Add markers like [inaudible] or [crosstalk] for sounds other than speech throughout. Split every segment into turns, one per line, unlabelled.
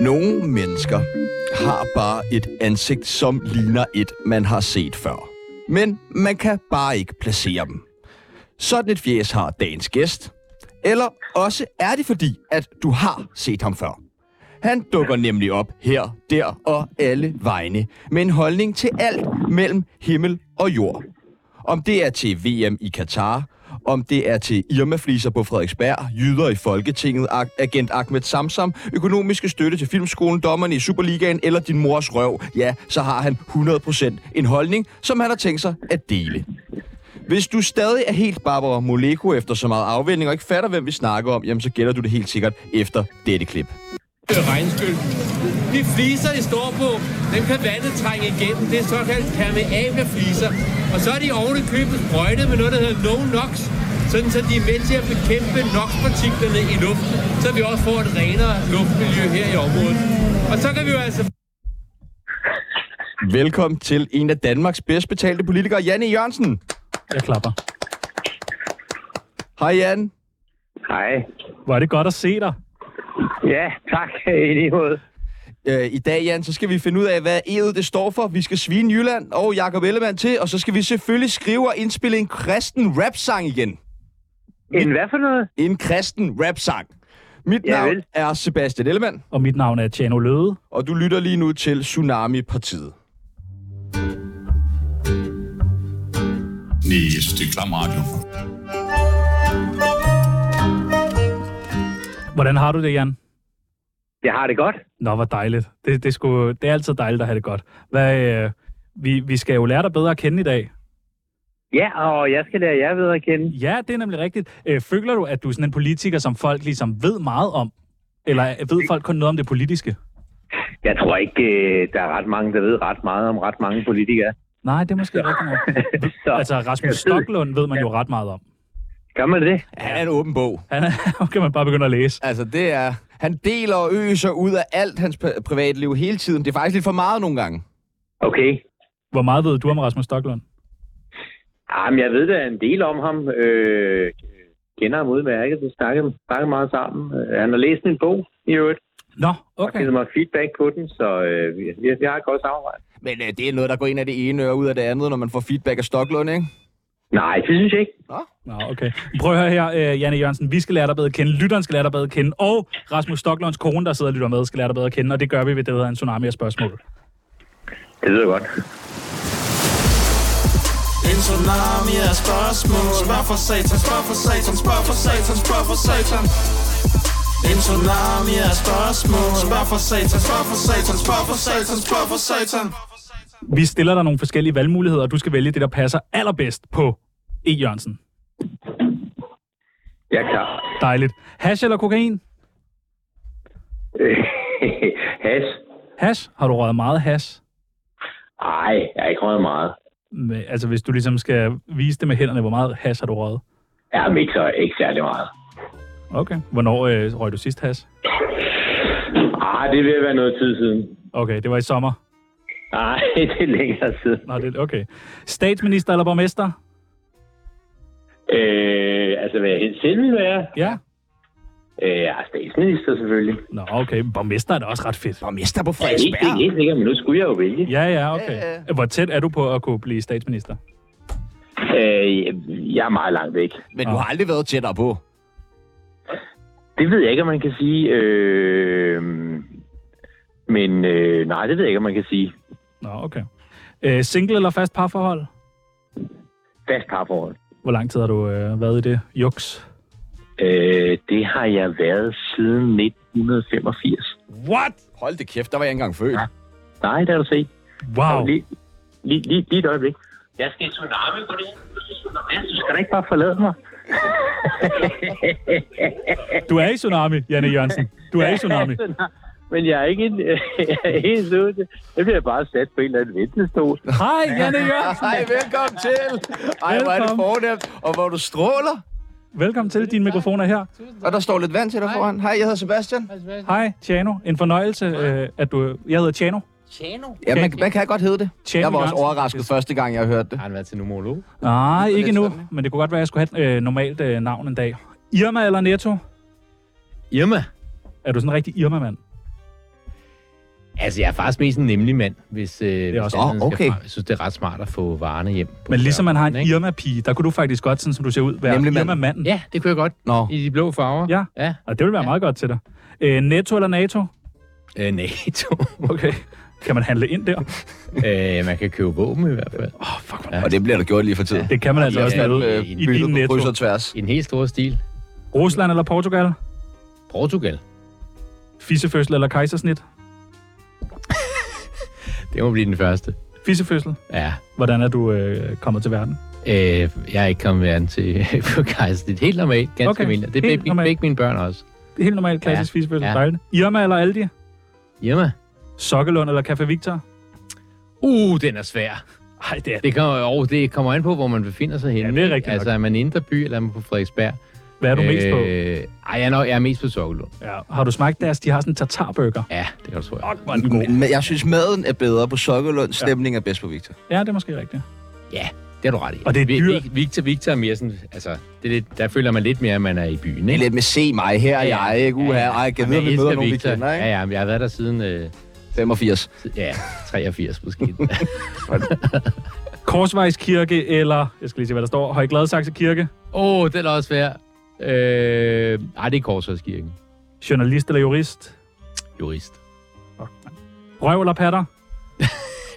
Nogle mennesker har bare et ansigt, som ligner et, man har set før. Men man kan bare ikke placere dem. Sådan et fjes har dagens gæst. Eller også er det fordi, at du har set ham før. Han dukker nemlig op her, der og alle vegne med en holdning til alt mellem himmel og jord. Om det er til VM i Katar, om det er til Irma-fliser på Frederiksberg, jyder i Folketinget, ag- agent Ahmed Samsam, økonomiske støtte til filmskolen, dommerne i Superligaen eller din mors røv, ja, så har han 100% en holdning, som han har tænkt sig at dele. Hvis du stadig er helt Barbara Moleko efter så meget afvænding og ikke fatter, hvem vi snakker om, jamen så gætter du det helt sikkert efter dette klip.
Det er regnskyld. De fliser, de står på, dem kan vandet trænge igennem. Det er såkaldt permeable fliser. Og så er de oven i købet sprøjtet med noget, der hedder No NOx. Sådan så de er med til at bekæmpe NOx-partiklerne i luften, så vi også får et renere luftmiljø her i området. Og så kan vi jo altså
Velkommen til en af Danmarks bedst betalte politikere, Janne Jørgensen.
Jeg klapper.
Hej Jan.
Hej.
Var det godt at se dig?
Ja, tak. [laughs] I lige måde.
Øh, I dag, Jan, så skal vi finde ud af, hvad E'et det står for. Vi skal svine Jylland og Jakob Ellemann til, og så skal vi selvfølgelig skrive og indspille en kristen rap-sang igen.
En hvad for noget?
En kristen rap-sang. Mit
Ja,
navn
vel.
er Sebastian Ellemann,
Og mit navn er Tjano Løde.
og du lytter lige nu til Tsunami-partiet.
Nej, jeg synes, det er klam radio.
Hvordan har du det, Jan?
Jeg har det godt.
Nå, hvor dejligt. Det, det, skulle, det er altid dejligt at have det godt. Hvad, øh, vi, vi skal jo lære dig bedre at kende i dag.
Ja, og jeg skal lære jer bedre at kende.
Ja, det er nemlig rigtigt. Øh, føler du, at du er sådan en politiker, som folk ligesom ved meget om? Eller ved folk kun noget om det politiske?
Jeg tror ikke, øh, der er ret mange, der ved ret meget om ret mange politikere.
Nej, det er måske rigtigt nok.
Så
Altså, Rasmus Stoklund ved man jo ret meget om.
gør man det?
Han er en åben bog.
Han er, [laughs] nu kan man bare begynde at læse.
Altså, det er... Han deler og øser ud af alt hans pri- privatliv hele tiden. Det er faktisk lidt for meget nogle gange.
Okay.
Hvor meget ved du om Rasmus Stoklund?
Jamen, jeg ved da en del om ham. Øh, kender ham udmærket. Vi snakker, snakker meget sammen. Øh, Han har læst min bog i øvrigt.
Nå,
Og
okay.
givet mig feedback på den, så øh, vi, vi- vi har et godt samarbejde.
Men øh, det er noget, der går ind af det ene øre og ud af det andet, når man får feedback af Stoklund, ikke?
Nej, det synes jeg ikke.
Nå, okay. Prøv at høre her, øh, Janne Jørgensen. Vi skal lære dig bedre at kende, lytteren skal lære dig bedre at kende, og Rasmus Stoklunds kone, der sidder og lytter med, skal lære dig bedre at kende, og det gør vi ved det, der hedder en tsunami af spørgsmål.
Det lyder godt.
En tsunami af spørgsmål Spørg for satan, spørg for satan, spørg for satan, spørg for satan En tsunami af spørgsmål Spørg for satan, spørg for satan, spørg for satan, spørg for satan
Vi stiller dig nogle forskellige valgmuligheder, og du skal vælge det, der passer allerbedst på E. Jørgensen.
Jeg er klar. [laughs]
Dejligt. Hash eller kokain?
Øh, Has.
Hash? Har du røget meget hash?
Ej, jeg har ikke røget meget.
Med, altså, hvis du ligesom skal vise det med hænderne, hvor meget hash har du røget?
Jamen ikke, så, ikke særlig meget.
Okay. Hvornår øh, røg du sidst hash?
Ah, det vil være noget tid siden.
Okay, det var i sommer.
Nej, [laughs] det er længere siden.
Nå, det er okay. Statsminister eller borgmester?
Øh, altså, hvad jeg helt selv vil være?
Ja.
Øh, jeg er statsminister selvfølgelig.
Nå, okay. Borgmester er da også ret fedt.
Borgmester på
Jeg er ikke, ikke
Frederiksberg.
helt sikker, men nu skulle jeg jo vælge.
Ja, ja, okay.
Ja,
Hvor tæt er du på at kunne blive statsminister?
Øh, jeg er meget langt væk.
Men du har aldrig været tættere på.
Det ved jeg ikke, om man kan sige. Øh, men øh, nej, det ved jeg ikke, om man kan sige.
Nå, okay. Øh, single eller fast parforhold?
Fast parforhold.
Hvor lang tid har du øh, været i det? Juks.
Øh, det har jeg været siden 1985.
What?
Hold det kæft, der var jeg ikke engang født. [laughs]
Nej, det har du set.
Wow.
Lige, lige, lige, lige et øjeblik. Jeg skal i tsunami på det. Du skal da ikke bare forlade mig.
Du er i Tsunami, Janne Jørgensen. Du er i Tsunami.
Men jeg er ikke en, [laughs] jeg er helt ude. Jeg bliver bare sat på en eller anden ventestol.
Hej, Janne Jørgensen.
Hej, velkommen til. Ej, hvor er det
Velkommen.
fornemt. Og hvor du stråler.
Velkommen til. Din mikrofon er her.
Og der står lidt
Altså,
vand til dig foran. Hej, jeg hedder Sebastian.
Hej, Tjano. En fornøjelse, øh, at du... Jeg hedder Tjano.
Tjano?
Ja, man,
Okay.
man kan godt hedde det.
Tjano
jeg var også
Jørgensen,
overrasket første gang, jeg hørte det.
Har han været til nomolog?
Nej,
lidt
ikke nu,
sådan, ikke?
men det kunne godt være, at jeg skulle have et øh, normalt øh, navn en dag. Irma eller Netto?
Irma.
Er du sådan en rigtig Irma-mand?
Altså, jeg er faktisk mest en nemlig mand, hvis, øh, det
også-
Åh, okay.
Jeg synes, det er ret smart at få varerne hjem. på
Men ligesom man har en
døren, ikke?
Irma-pige, der kunne du faktisk godt, sådan som du ser ud, være
Nemlig mand.
Irma-manden.
Ja, det kunne jeg godt.
Nå.
I de blå farver.
Ja.
ja.
Og det ville være meget godt til dig. Øh, Netto eller NATO?
Øh, NATO.
Okay. Kan man handle ind der?
øh, man kan købe våben i hvert fald.
Åh, oh, fuck, hvor
Og det bliver der gjort lige for tiden.
Det kan man altså
Ja,
også
ja,
sådan
noget
ja,
i
i din
byttet på
netto.
kryds og tværs.
I den helt store stil.
Rusland eller Portugal?
Portugal.
Fissefødsel eller kejsersnit?
Det må blive den første.
Fissefødsel.
Ja.
Hvordan er du øh, kommet til verden?
Øh, jeg er ikke kommet værende til [laughs] på kejserligt. Helt normalt, ganske
Okay,
okay. almindeligt. Det
helt
begge,
normalt.
begge mine børn også.
Det er helt normalt klassisk ja.
Ja,
fissefødsel.
ja.
Dejligt. Irma eller Aldi?
Irma.
Sokkelund eller Café Victor?
Uh, den er svær.
Nej, det er det.
Det kommer, og det kommer an på, hvor man befinder sig henne.
Ja, det er
ikke?
rigtigt
Altså,
nok.
er man i Indre By, eller er man på Frederiksberg?
Hvad er du øh... mest på?
Ej, jeg er, nok, jeg er mest på Sokkelund.
Ja. Har du smagt deres? De har sådan en tartarburger.
Ja, det kan du tro.
Fuck, hvor er den god.
Men jeg synes, maden er bedre på Sokkelund. Stemningen er bedst på Victor.
Ja, det er måske rigtigt.
Ja, det har du ret i.
Og det er
Vi-
dyrt.
Vi- Victor, Victor er mere sådan, altså, det er lidt, der føler man lidt mere, at man er i byen,
Det er
ikke?
lidt med se mig, her er jeg, ikke? Uha, ej, kan
Jamen,
vide, om vi
elsker
møder nogen, vi
Victor.
kender, ikke?
Ja, ja, men jeg har været der siden, øh,
85.
si- ja,
[laughs]
83 måske.
Korsvejs Kirke eller, jeg skal lige se, hvad der står, Højgladsaxe Kirke,
Åh, oh, den er også svær. Øh, ej, det er Korsvejskirken.
journalist eller jurist,
Jurist.
røv eller patter?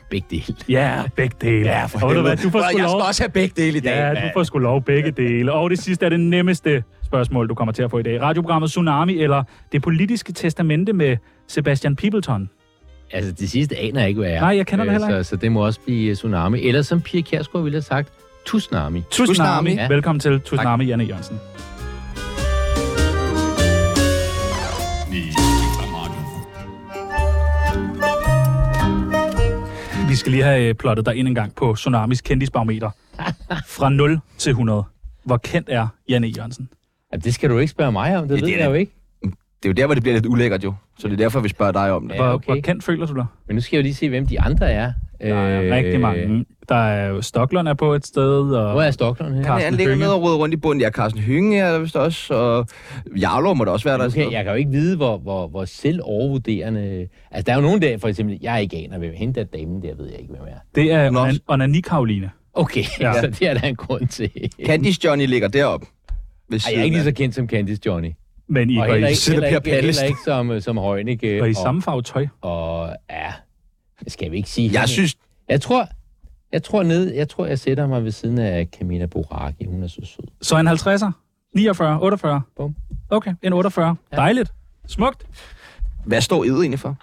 Begge dele.
Ja, begge dele. Ja, for og ved du, hvad, du får
Og
sgu
jeg
lov.
skal også have begge dele i dag.
Ja, du får sgu lov begge dele. Og det sidste er det nemmeste spørgsmål, du kommer til at få i dag. Radioprogrammet Tsunami eller det politiske testamente med Sebastian Pibleton.
Altså, det sidste aner jeg ikke, hvad jeg er.
Nej, jeg kender det heller
ikke. Så, så det må også blive øh, Tsunami. Eller som Pia Kjærsgaard ville have sagt, Tsunami.
Tsunami.
Ja.
Velkommen til Tsunami, Janne Jørgensen. Vi skal lige have øh, plottet dig ind en gang på Tsunamis kendisbarometer. Fra 0 til 100. Hvor kendt er Janne Jørgensen?
Jamen, det skal du ikke spørge mig om,
Ja,
det, ja,
det
ved
er
jeg jo
det.
ikke.
Det er jo der, hvor det bliver lidt ulækkert, jo. Så det er derfor, vi spørger dig om det.
Ja,
Hvor,
okay.
hvor kendt føler du dig?
Men nu skal jeg jo lige se, hvem de andre er.
Der er øh, rigtig mange. Der er jo Stoklund er på et sted,
Hvor
og
er Stoklund her?
Carsten
Han ligger
Hønge.
nede og roder rundt i bunden. Ja, Carsten Hynge er der vist også, og Jarlov må der også være der. Altså,
Okay, jeg kan jo ikke vide, hvor, hvor, hvor selv overvurderende... Altså, der er jo nogen der, for eksempel, jeg ikke aner, hvem hende der damen der, ved jeg ikke, hvem er.
det er
Nå.
Onan- Onani Karoline.
Okay,
Ja.
ja. [laughs] så det er der en grund til. Ej,
Candice Johnny ligger deroppe. Ved
jeg er
siden
ikke lige
af.
så kendt som Candice Johnny.
Men I,
Og
går
heller
i,
ikke, heller
sidder Per
ikke, heller
Pallesen.
ikke som, øh, som Højnække.
går i
og,
samme farve tøj.
og, ja, skal vi ikke sige...
Jeg
hende?
synes,
Jeg tror, jeg tror ned, jeg tror, jeg sætter mig ved siden af Camilla Boraki. Hun er så sød.
Så en 50'er, 49, 48.
Bum.
Okay, en 48. Ja. Dejligt. Smukt.
hvad står Ed egentlig for?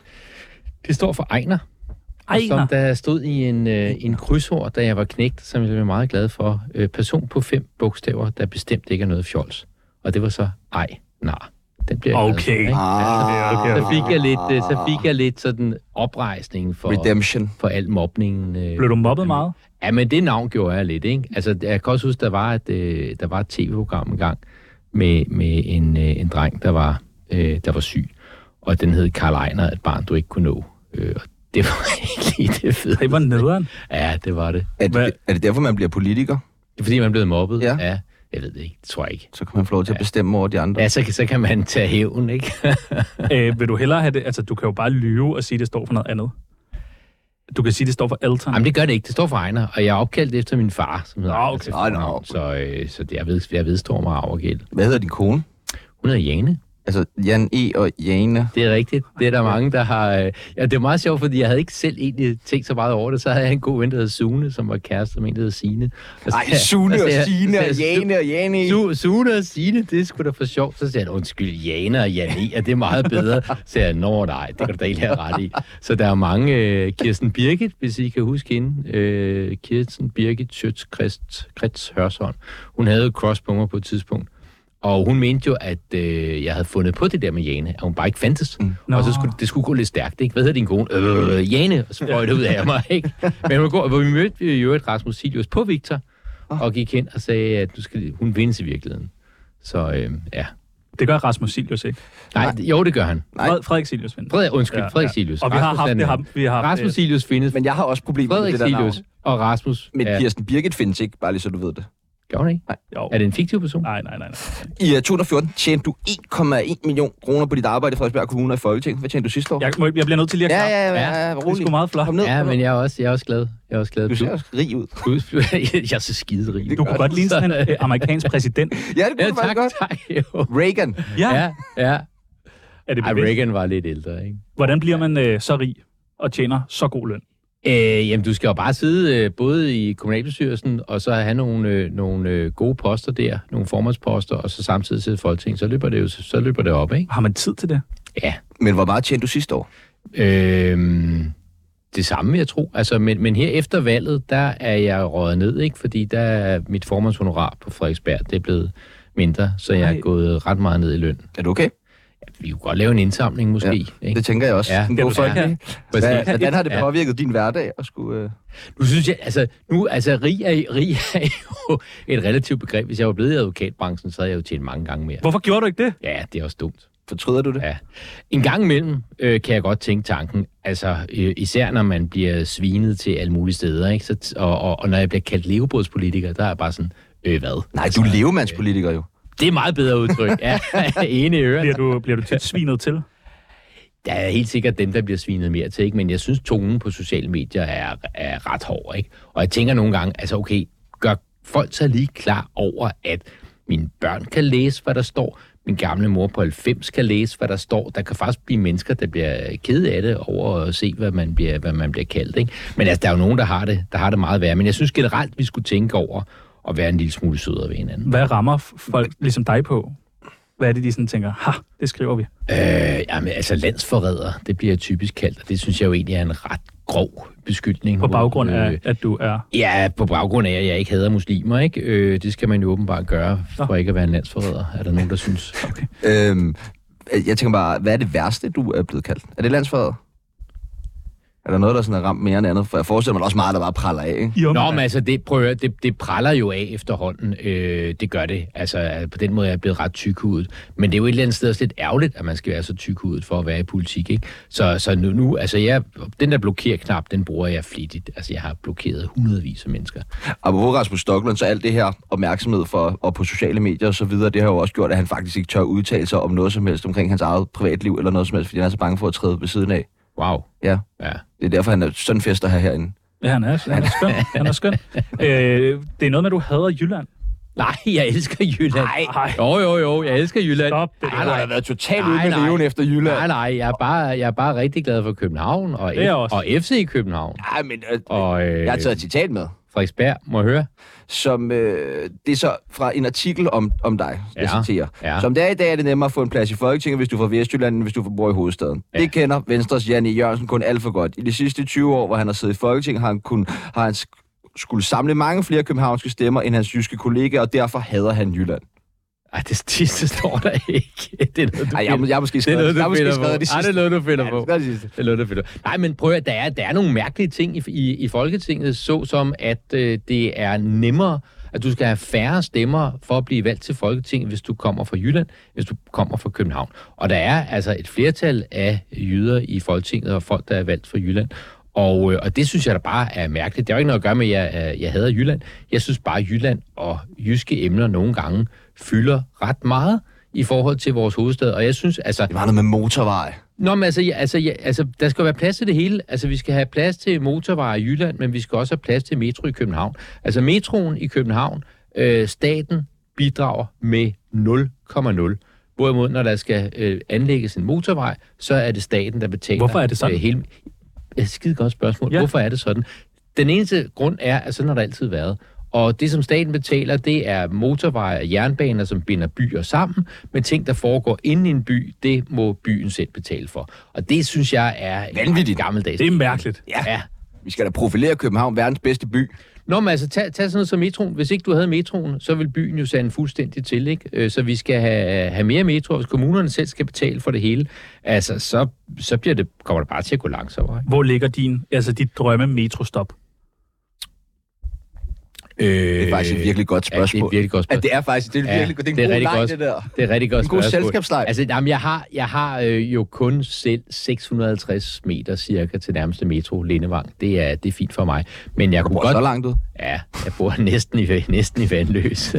Det står for Ejner. Og
Ejner.
Som der stod i en, øh, en krydsord, da jeg var knægt, som jeg var meget glad for. Øh, person på fem bogstaver, der bestemt ikke er noget fjols. Og det var så ej, nar. Den bliver jeg glad for,
Okay.
ikke?
Ah,
Så fik, jeg lidt, øh, så fik jeg lidt sådan oprejsning for,
Redemption.
for al mobningen. øh.
Ah. Blev du mobbet meget?
Ja, men det navn gjorde jeg lidt, ikke? Altså, jeg kan også huske, der var et, øh, der var et tv-program engang med, med en, øh, en dreng, der var, øh, der var syg, og den hed Karl Ejner, et barn, du ikke kunne nå. Øh, og det var [laughs] ikke lige det fede.
Det var nederen. [laughs]
Ja, det var det.
Er
Hvad-
det, er det derfor, man bliver politiker?
Det er fordi, man er blevet mobbet.
Ja.
ja jeg ved det ikke, tror jeg ikke.
Så kan man få lov til at bestemme over de andre.
Ja, så, kan- så kan man tage hævn, ikke? [laughs]
Øh, vil du hellere have det? Altså, du kan jo bare lyve og sige, at det står for noget andet. Du kan sige, at det står for Elton.
Jamen, det gør det ikke. Det står for Ejner, og jeg er opkaldt efter min far, som hedder
Nå,
Ejner
okay.
til
Ej, nå,
fornavn.
okay.
Så, øh, så det, jeg, ved, jeg vedstår mig arvergæld.
Hvad hedder din kone?
Hun hedder Jane.
Altså, Jan E. og Jane.
Det er rigtigt. Det er der mange, der har... Øh... Ja, det er meget sjovt, fordi jeg havde ikke selv egentlig tænkt så meget over det. Så havde jeg en god ven, der hed Sune, som var kæreste med en, der hed Signe. Og så-
Ej, Sune
så
og
sagde jeg-
Signe
så
og
sagde jeg,
Jane og Jane. E.
Altså, Su- Sune og Signe, det skulle da for sjovt. Så sagde han, undskyld, Jane og Janne, er det meget bedre? Så sagde jeg, nå nej, det kan du da ikke have ret i. Så der er mange, øh, Kirsten Birgit, hvis I kan huske hende, øh, Kirsten Birgit Schøtz Krets, Krets Hørsholm. Hun havde jo cross på mig på et tidspunkt. Og hun mente jo, at øh, jeg havde fundet på det der med Jane, at hun bare ikke fandtes. Mm.
Nå.
Og så skulle det skulle gå lidt stærkt, ikke? Hvad hedder din kone? Øh, Jane, og så røg det ud af mig, ikke? Men hun går, hvor vi mødte vi jo et Rasmus Silius på
Ah.
Victor, og gik hen og sagde, at du skal, hun vindes i virkeligheden. Så øh, ja,
Det gør Rasmus Silius ikke.
Nej, jo, det gør han.
Nej.
Fred, Frederik Silius vinder.
Frederik, undskyld,
Ja,
Frederik
ja.
Silius.
Og vi har
Rasmus
haft
han
det
er-
ham. Vi har haft,
Rasmus
øh,
Silius findes.
Men jeg har også problemer med
Frederik
det der navn.
Silius og Rasmus.
Men
er-
Kirsten Birgit findes ikke, bare lige så du ved det.
Gør hun ikke?
Jo.
Er det en fiktiv person?
Nej, nej, nej. nej.
I øh, 2014 tjente du 1,1 million kroner på dit arbejde i Frederiksberg Kommune og i Folketinget. Hvad tjente du sidste år?
Jeg, må, jeg bliver nødt til lige at
ja,
klappe.
ja,
Ja,
ja, ja,
Det er
rolig.
sgu meget flot.
Kom ned.
Ja,
kom
men
ned.
jeg er også, jeg er også glad. Jeg er også glad.
Du ser også rig ud.
Plus- [laughs] jeg er så skide rig.
Du kunne godt ligne sådan
[laughs]
en øh, amerikansk præsident.
Ja, det kunne
Ja,
du faktisk
tak,
godt.
tak. Jo.
Reagan.
Ja,
Ja, ja.
er det
Ej,
bevidst?
Reagan var lidt ældre, ikke?
Hvordan bliver man øh, så rig og tjener så god løn?
Øh, jamen, du skal jo bare sidde øh, både i kommunalbestyrelsen, og så have nogle, øh, nogle øh, gode poster der, nogle formandsposter, og så samtidig sidde i Folketinget. Så løber det jo så løber det op, ikke?
Har man tid til det?
Ja.
Men hvor meget tjente du sidste år?
Øhm, det samme, vil jeg tro. Altså, men, men her efter valget, der er jeg røget ned, ikke? Fordi der er mit formandshonorar på Frederiksberg, det er blevet mindre, så jeg
Ej.
er gået ret meget ned i løn.
Er du okay?
Vi kunne godt lave en indsamling, måske. Ja, ikke?
Det tænker jeg også.
Ja,
Sådan,
det er
Hvorfor
du
ikke?
sikker.
Hvad,
Præcis.
hvordan har det
Ja.
påvirket din hverdag at skulle... Øh...
Nu synes jeg, altså, nu, altså, rig er, rig er jo et relativt begreb. Hvis jeg var blevet i advokatbranchen, så havde jeg jo tjent mange gange mere.
Hvorfor gjorde du ikke det?
Ja, det er også dumt.
Fortryder du det?
Ja. En gang imellem øh, kan jeg godt tænke tanken, altså øh, især når man bliver svinet til alle mulige steder, ikke? Så, t- og, og, og når jeg bliver kaldt levebordspolitiker, der er jeg bare sådan, øh hvad?
Nej, du er levemandspolitiker jo.
Det er meget bedre udtryk. Ja, [laughs] ene øre.
Bliver du, bliver du tit svinet til?
Der er helt sikkert dem, der bliver svinet mere til, ikke? men jeg synes, tonen på sociale medier er, er ret hård. Ikke? Og jeg tænker nogle gange, altså okay, gør folk så lige klar over, at mine børn kan læse, hvad der står, min gamle mor på 90 kan læse, hvad der står. Der kan faktisk blive mennesker, der bliver ked af det over at se, hvad man bliver, hvad man bliver kaldt. Ikke? Men altså, der er jo nogen, der har, det, der har det meget værre. Men jeg synes generelt, vi skulle tænke over at være en lille smule sødere ved hinanden.
Hvad rammer f- folk ligesom dig på? Hvad er det, de sådan tænker? Ha, det skriver vi.
Øh, jamen, altså landsforræder, det bliver typisk kaldt, og det synes jeg jo egentlig er en ret grov beskyldning.
På
mod,
baggrund af,
øh,
at du er...
Ja, på baggrund af, at jeg ikke hader muslimer, ikke? Øh, det skal man jo åbenbart gøre,
Nå.
for ikke at være en landsforræder, er der nogen, der
[laughs]
synes.
Øhm, jeg tænker bare, hvad er det værste, du er blevet kaldt? Er det landsforræder? Er der noget, der sådan er ramt mere end andet? For jeg forestiller mig der er også meget, der bare praller af, ikke?
I unge,
Nå, men altså, det, prøv at høre, det, det praller jo af efterhånden. Øh, det gør det. Altså, øh, på den måde er jeg blevet ret tykhudet. Men det er jo et eller andet sted også lidt ærgerligt, at man skal være så tykhudet for at være i politik, ikke? Så, så nu, nu, altså, jeg, den der blokerknap, den bruger jeg flittigt. Altså, jeg har blokeret hundredvis af mennesker.
Apropos Rasmus Stocklund, så alt det her opmærksomhed for, og på sociale medier og så videre, det har jo også gjort, at han faktisk ikke tør udtale sig om noget som helst omkring hans eget privatliv eller noget som helst, fordi han er så bange for at træde ved siden af.
Wow.
Ja,
Ja.
det er derfor, han er sådan fester her herinde.
Ja, han er, han er skøn. Han er
[laughs]
skøn. Øh, det er noget med, at du hader Jylland.
Nej, jeg elsker Jylland.
Nej.
Jo, jo, jo, jeg elsker Jylland.
Stop det der.
nej, nej,
været totalt
ude med løven
efter
nej, nej, jeg er, bare, jeg er bare rigtig glad for København og,
Det er jeg
F-
også.
og FC København.
Nej, men øh,
Og øh,
jeg har taget et citat med,
Frederiksberg, må jeg høre?
som øh, det er så fra en artikel om, om dig, jeg
Ja,
citerer.
ja.
Som det er i dag, er det nemmere at få en plads i Folketinget, hvis du er fra Vestjylland, end hvis du bor i hovedstaden. Ja. Det kender Venstres Janne Jørgensen kun alt for godt. I de sidste 20 år, hvor han har siddet i Folketinget, har han, kun, har han sk- skulle samle mange flere københavnske stemmer end hans jyske kollegaer, og derfor hader han Jylland.
Ej, det sidste [laughs] står der ikke. Det er noget, du
Ej, jeg,
finder-
jeg har måske
det er
skrevet,
noget,
jeg har
du
måske
finder på.
skrevet det
Ej, det
sidste.
er noget, du finder
Ja,
på.
det er det sidste.
Det er noget, der finder. Nej, men prøv at der er, der er nogle mærkelige ting i, i, i Folketinget, såsom at øh, det er nemmere, at du skal have færre stemmer for at blive valgt til Folketinget, hvis du kommer fra Jylland, hvis du kommer fra København. Og der er altså et flertal af jyder i Folketinget og folk, der er valgt fra Jylland. Og, øh, og det synes jeg da bare er mærkeligt. Det har jo ikke noget at gøre med, at jeg, øh, jeg hader Jylland. Jeg synes bare, at Jylland og jyske emner nogle gange fylder ret meget i forhold til vores hovedstad. Og jeg synes, altså,
Det var noget med motorvej.
Nå, men altså, ja, altså, ja, altså, der skal jo være plads til det hele. Altså, vi skal have plads til motorveje i Jylland, men vi skal også have plads til metro i København. Altså, metroen i København, øh, staten bidrager med 0,0. Hvorimod, når der skal øh, anlægges en motorvej, så er det staten, der betaler.
Hvorfor er det sådan?
Øh, hele... Ja, skide godt spørgsmål.
Ja.
Ja. Hvorfor er det sådan? Den eneste grund er, at sådan har det altid været. Og det, som staten betaler, det er motorveje og jernbaner, som binder byer sammen. Men ting, der foregår inde i en by, det må byen selv betale for. Og det, synes jeg, er
Vanvittigt.
gammeldags.
Det er mærkeligt.
Ja.
Ja.
Vi skal da profilere København, verdens bedste by.
Nå, men altså, tag, tag sådan noget som metroen. Hvis ikke du havde metroen, så vil byen jo sande fuldstændig til, ikke? Øh, Så vi skal have, have mere metro, og hvis kommunerne selv skal betale for det hele, altså, så, så bliver det, kommer det bare til at gå langsommere. ikke?
Hvor ligger din, altså dit drømme metrostop?
Øh,
Det er faktisk et virkelig godt
Ja, det er
spørgsmål.
et virkelig godt
Ja,
spørgsmål.
det er faktisk det er
Ja,
virkelig, det er en
det er
god
rigtig
leg,
godt.
det der.
Det er et rigtig godt
En god
spørgsmål.
selskabsleg.
Altså, jamen, jeg har, jeg har øh, jo kun selv 650 meter cirka til nærmeste metro, Lindevang. Det er, det er fint for mig. Men jeg kunne
Hvor så
godt...
langt ud?
Ja, jeg bor [laughs] næsten i, næsten i Vandløs.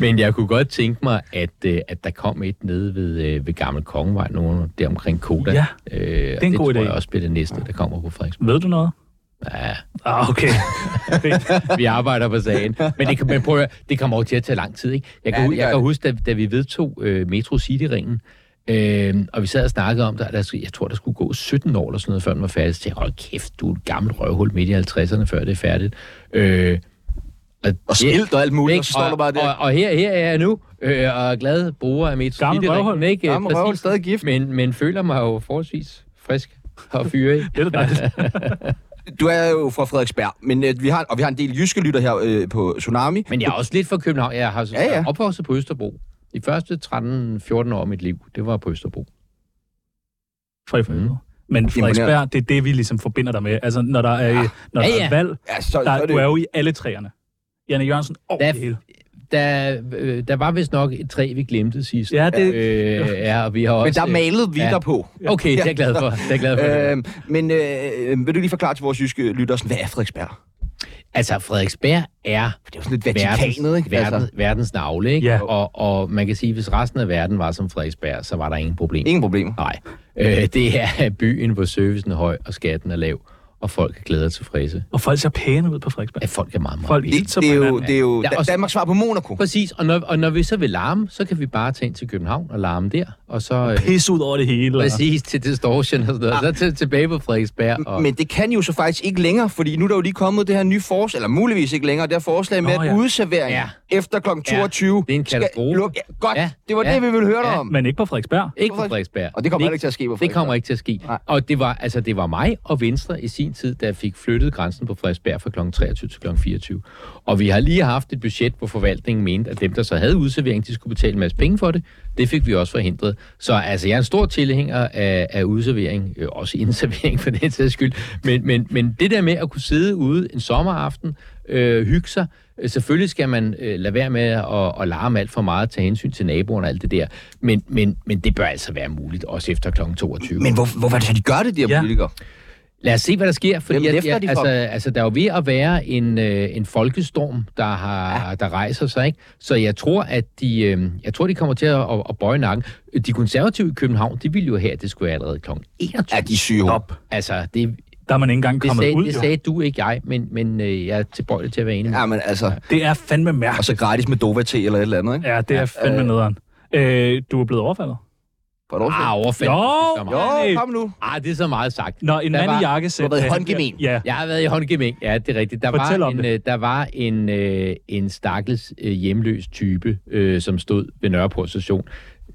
Men jeg kunne godt tænke mig, at, øh, at der kom et nede ved, øh, ved Gammel Kongevej, nogen der omkring Koda.
Ja,
øh, det er
en
det
god
tror
idé.
jeg også bliver det næste, der kommer på Frederiksberg.
Ved du noget?
Ja,
Ah,
[laughs]
okay. Fint.
vi arbejder på sagen. Men, det, kan- men prøv at, høre, det kommer over til at tage lang tid, ikke? Jeg kan,
Ja,
ja,
det gør
jeg kan
det.
huske, da, da vi vedtog øh, Metro City-ringen, øh, og vi sad og snakkede om det, og der, skulle- jeg tror, der skulle gå 17 år eller sådan noget, før den var færdig. Så tænkte jeg, hold kæft, du er et gammelt røvhul midt i 50'erne, før det er færdigt. Øh,
Og skilt og alt muligt, og så står
og,
du bare der.
Og, og her, her er jeg nu, øh, og er glad bruger af Metro
Gammel
City-ringen.
røvhul.
ikke?
Gammel
Præcis.
røvhul, stadig gift.
Men, men føler mig jo forholdsvis frisk og fyrig.
Det er da dejligt.
Du er jo fra Frederiksberg, men øh, vi har, og vi har en del jyske lytter her øh, på Tsunami.
Men jeg er også lidt fra København. Jeg har
Ja,
ja,
ja.
ja. opvokset på Østerbro. De første 13-14 år af mit liv, det var på Østerbro.
For i
Mm.
forhåbentlig. Men Frederiksberg, det er det, vi ligesom forbinder dig med. Altså, når der er, ja. når der
Ja,
er
ja.
valg,
Ja, så, Ah. så
der,
er
er, du er
det
jo i alle træerne. Janne Jørgensen over
Der er
det hele.
Der, øh, der var vist nok et træ, vi glemte sidst.
Ja, det-
Øh, ja, og vi har også...
men der
øh,
malede vi
ja.
der på.
Okay, det er jeg glad for. Det er jeg glad for.
Øhm, men øh, vil du lige forklare til vores jyske lytter, sådan, hvad er Frederiksberg?
altså, Frederiksberg er
For det er jo sådan lidt Vatikanet, ikke?
Verdens,
Altså,
verdens navle, ikke?
Ja.
Og, og man kan sige, hvis resten af verden var som Frederiksberg, så var der ingen problem.
ingen problemer.
Nej. Øh, det er byen, hvor servicen er høj, og skatten er lav, og folk er glade og tilfredse.
Og folk ser pæne ud på Frederiksberg.
At folk er meget, meget
Folk
pæne.
hilser
Det,
på
det, er jo,
hinanden.
det er jo
Ja,
da-
og så-
Danmarks svar på Monaco.
Præcis, og når, og når vi så vil larme, så kan vi bare tage ind til København og larme der, og så øh,
Pisse ud over det hele. altså. og-
præcis til Distortion og sådan noget, så til, tilbage på Frederiksberg. Og,
Men det kan jo så faktisk ikke længere, fordi nu er der jo lige kommet det her nye forslag, eller muligvis ikke længere, det her forslag med,
Nå,
at
ja.
udservering
Ja.
efter kl. 22
det er en
skal
katastrofe.
lukke- Ja, godt,
Ja,
det var
ja,
det, vi ville høre dig
ja.
om.
Men ikke på Frederiksberg.
ikke på Frederiksberg.
Og det kommer heller ikke til at ske på
Det
Frederiksberg.
kommer ikke til at ske.
Nej.
Og det var, altså, det var mig og Venstre i sin tid, der fik flyttet grænsen på Frederiksberg fra kl. 23 til kl. 24. Og vi har lige haft et budget, hvor forvaltningen mente, at dem, der så havde udservering, de skulle betale en masse penge for det. Det fik vi også forhindret. Så altså, jeg er en stor tilhænger af, af udservering, øh, også [laughs] indservering for den sags skyld. Men, men, men det der med at kunne sidde ude en sommeraften, øh, hygge sig, øh, Selvfølgelig skal man øh, lade være med at, at larme alt for meget, tage hensyn til naboerne og alt det der, men, men, men det bør altså være muligt, også efter kl. 22.
Men hvor, hvorfor er det så, de gør det, de her
Ja.
politikere?
Lad os se, hvad der sker, fordi
Hvem
jeg,
lefter
jeg,
de for?
altså, altså, der er jo ved at være en, øh, en folkestorm, der, har, ja. der rejser sig, ikke? Så jeg tror, at de, øh, jeg tror, de kommer til at, at, at bøje nakken. De konservative i København, de ville jo have, at det skulle være allerede kl. 21.
Ja, de er syge hoved.
Op.
Altså, det,
Der er man ikke engang
det,
kommet
sagde,
ud.
det
jo.
sagde du, ikke jeg, men, men øh, jeg er tilbøjelig til at være enig. med
Ja, men altså,
Det er fandme
og
mærkeligt.
så gratis med Dova-te eller et eller andet, ikke?
Ja, det er fandme nederen. Øh, du er blevet overfaldet.
For et år siden.
Ah, overfald.
Jo!
Det er så meget.
Jo,
nej.
kom nu.
Ah, det er så meget sagt.
Nå, en
Der
mand
var-
i jakkesæt.
Du har været i
øh,
håndgemen.
Ja,
Jeg har været i håndgemæng. Ja, det er rigtigt. Der
Fortæl
var
om
en,
det.
øh, der var en, øh, en stakkels øh, hjemløs type, øh, som stod ved Nørreport station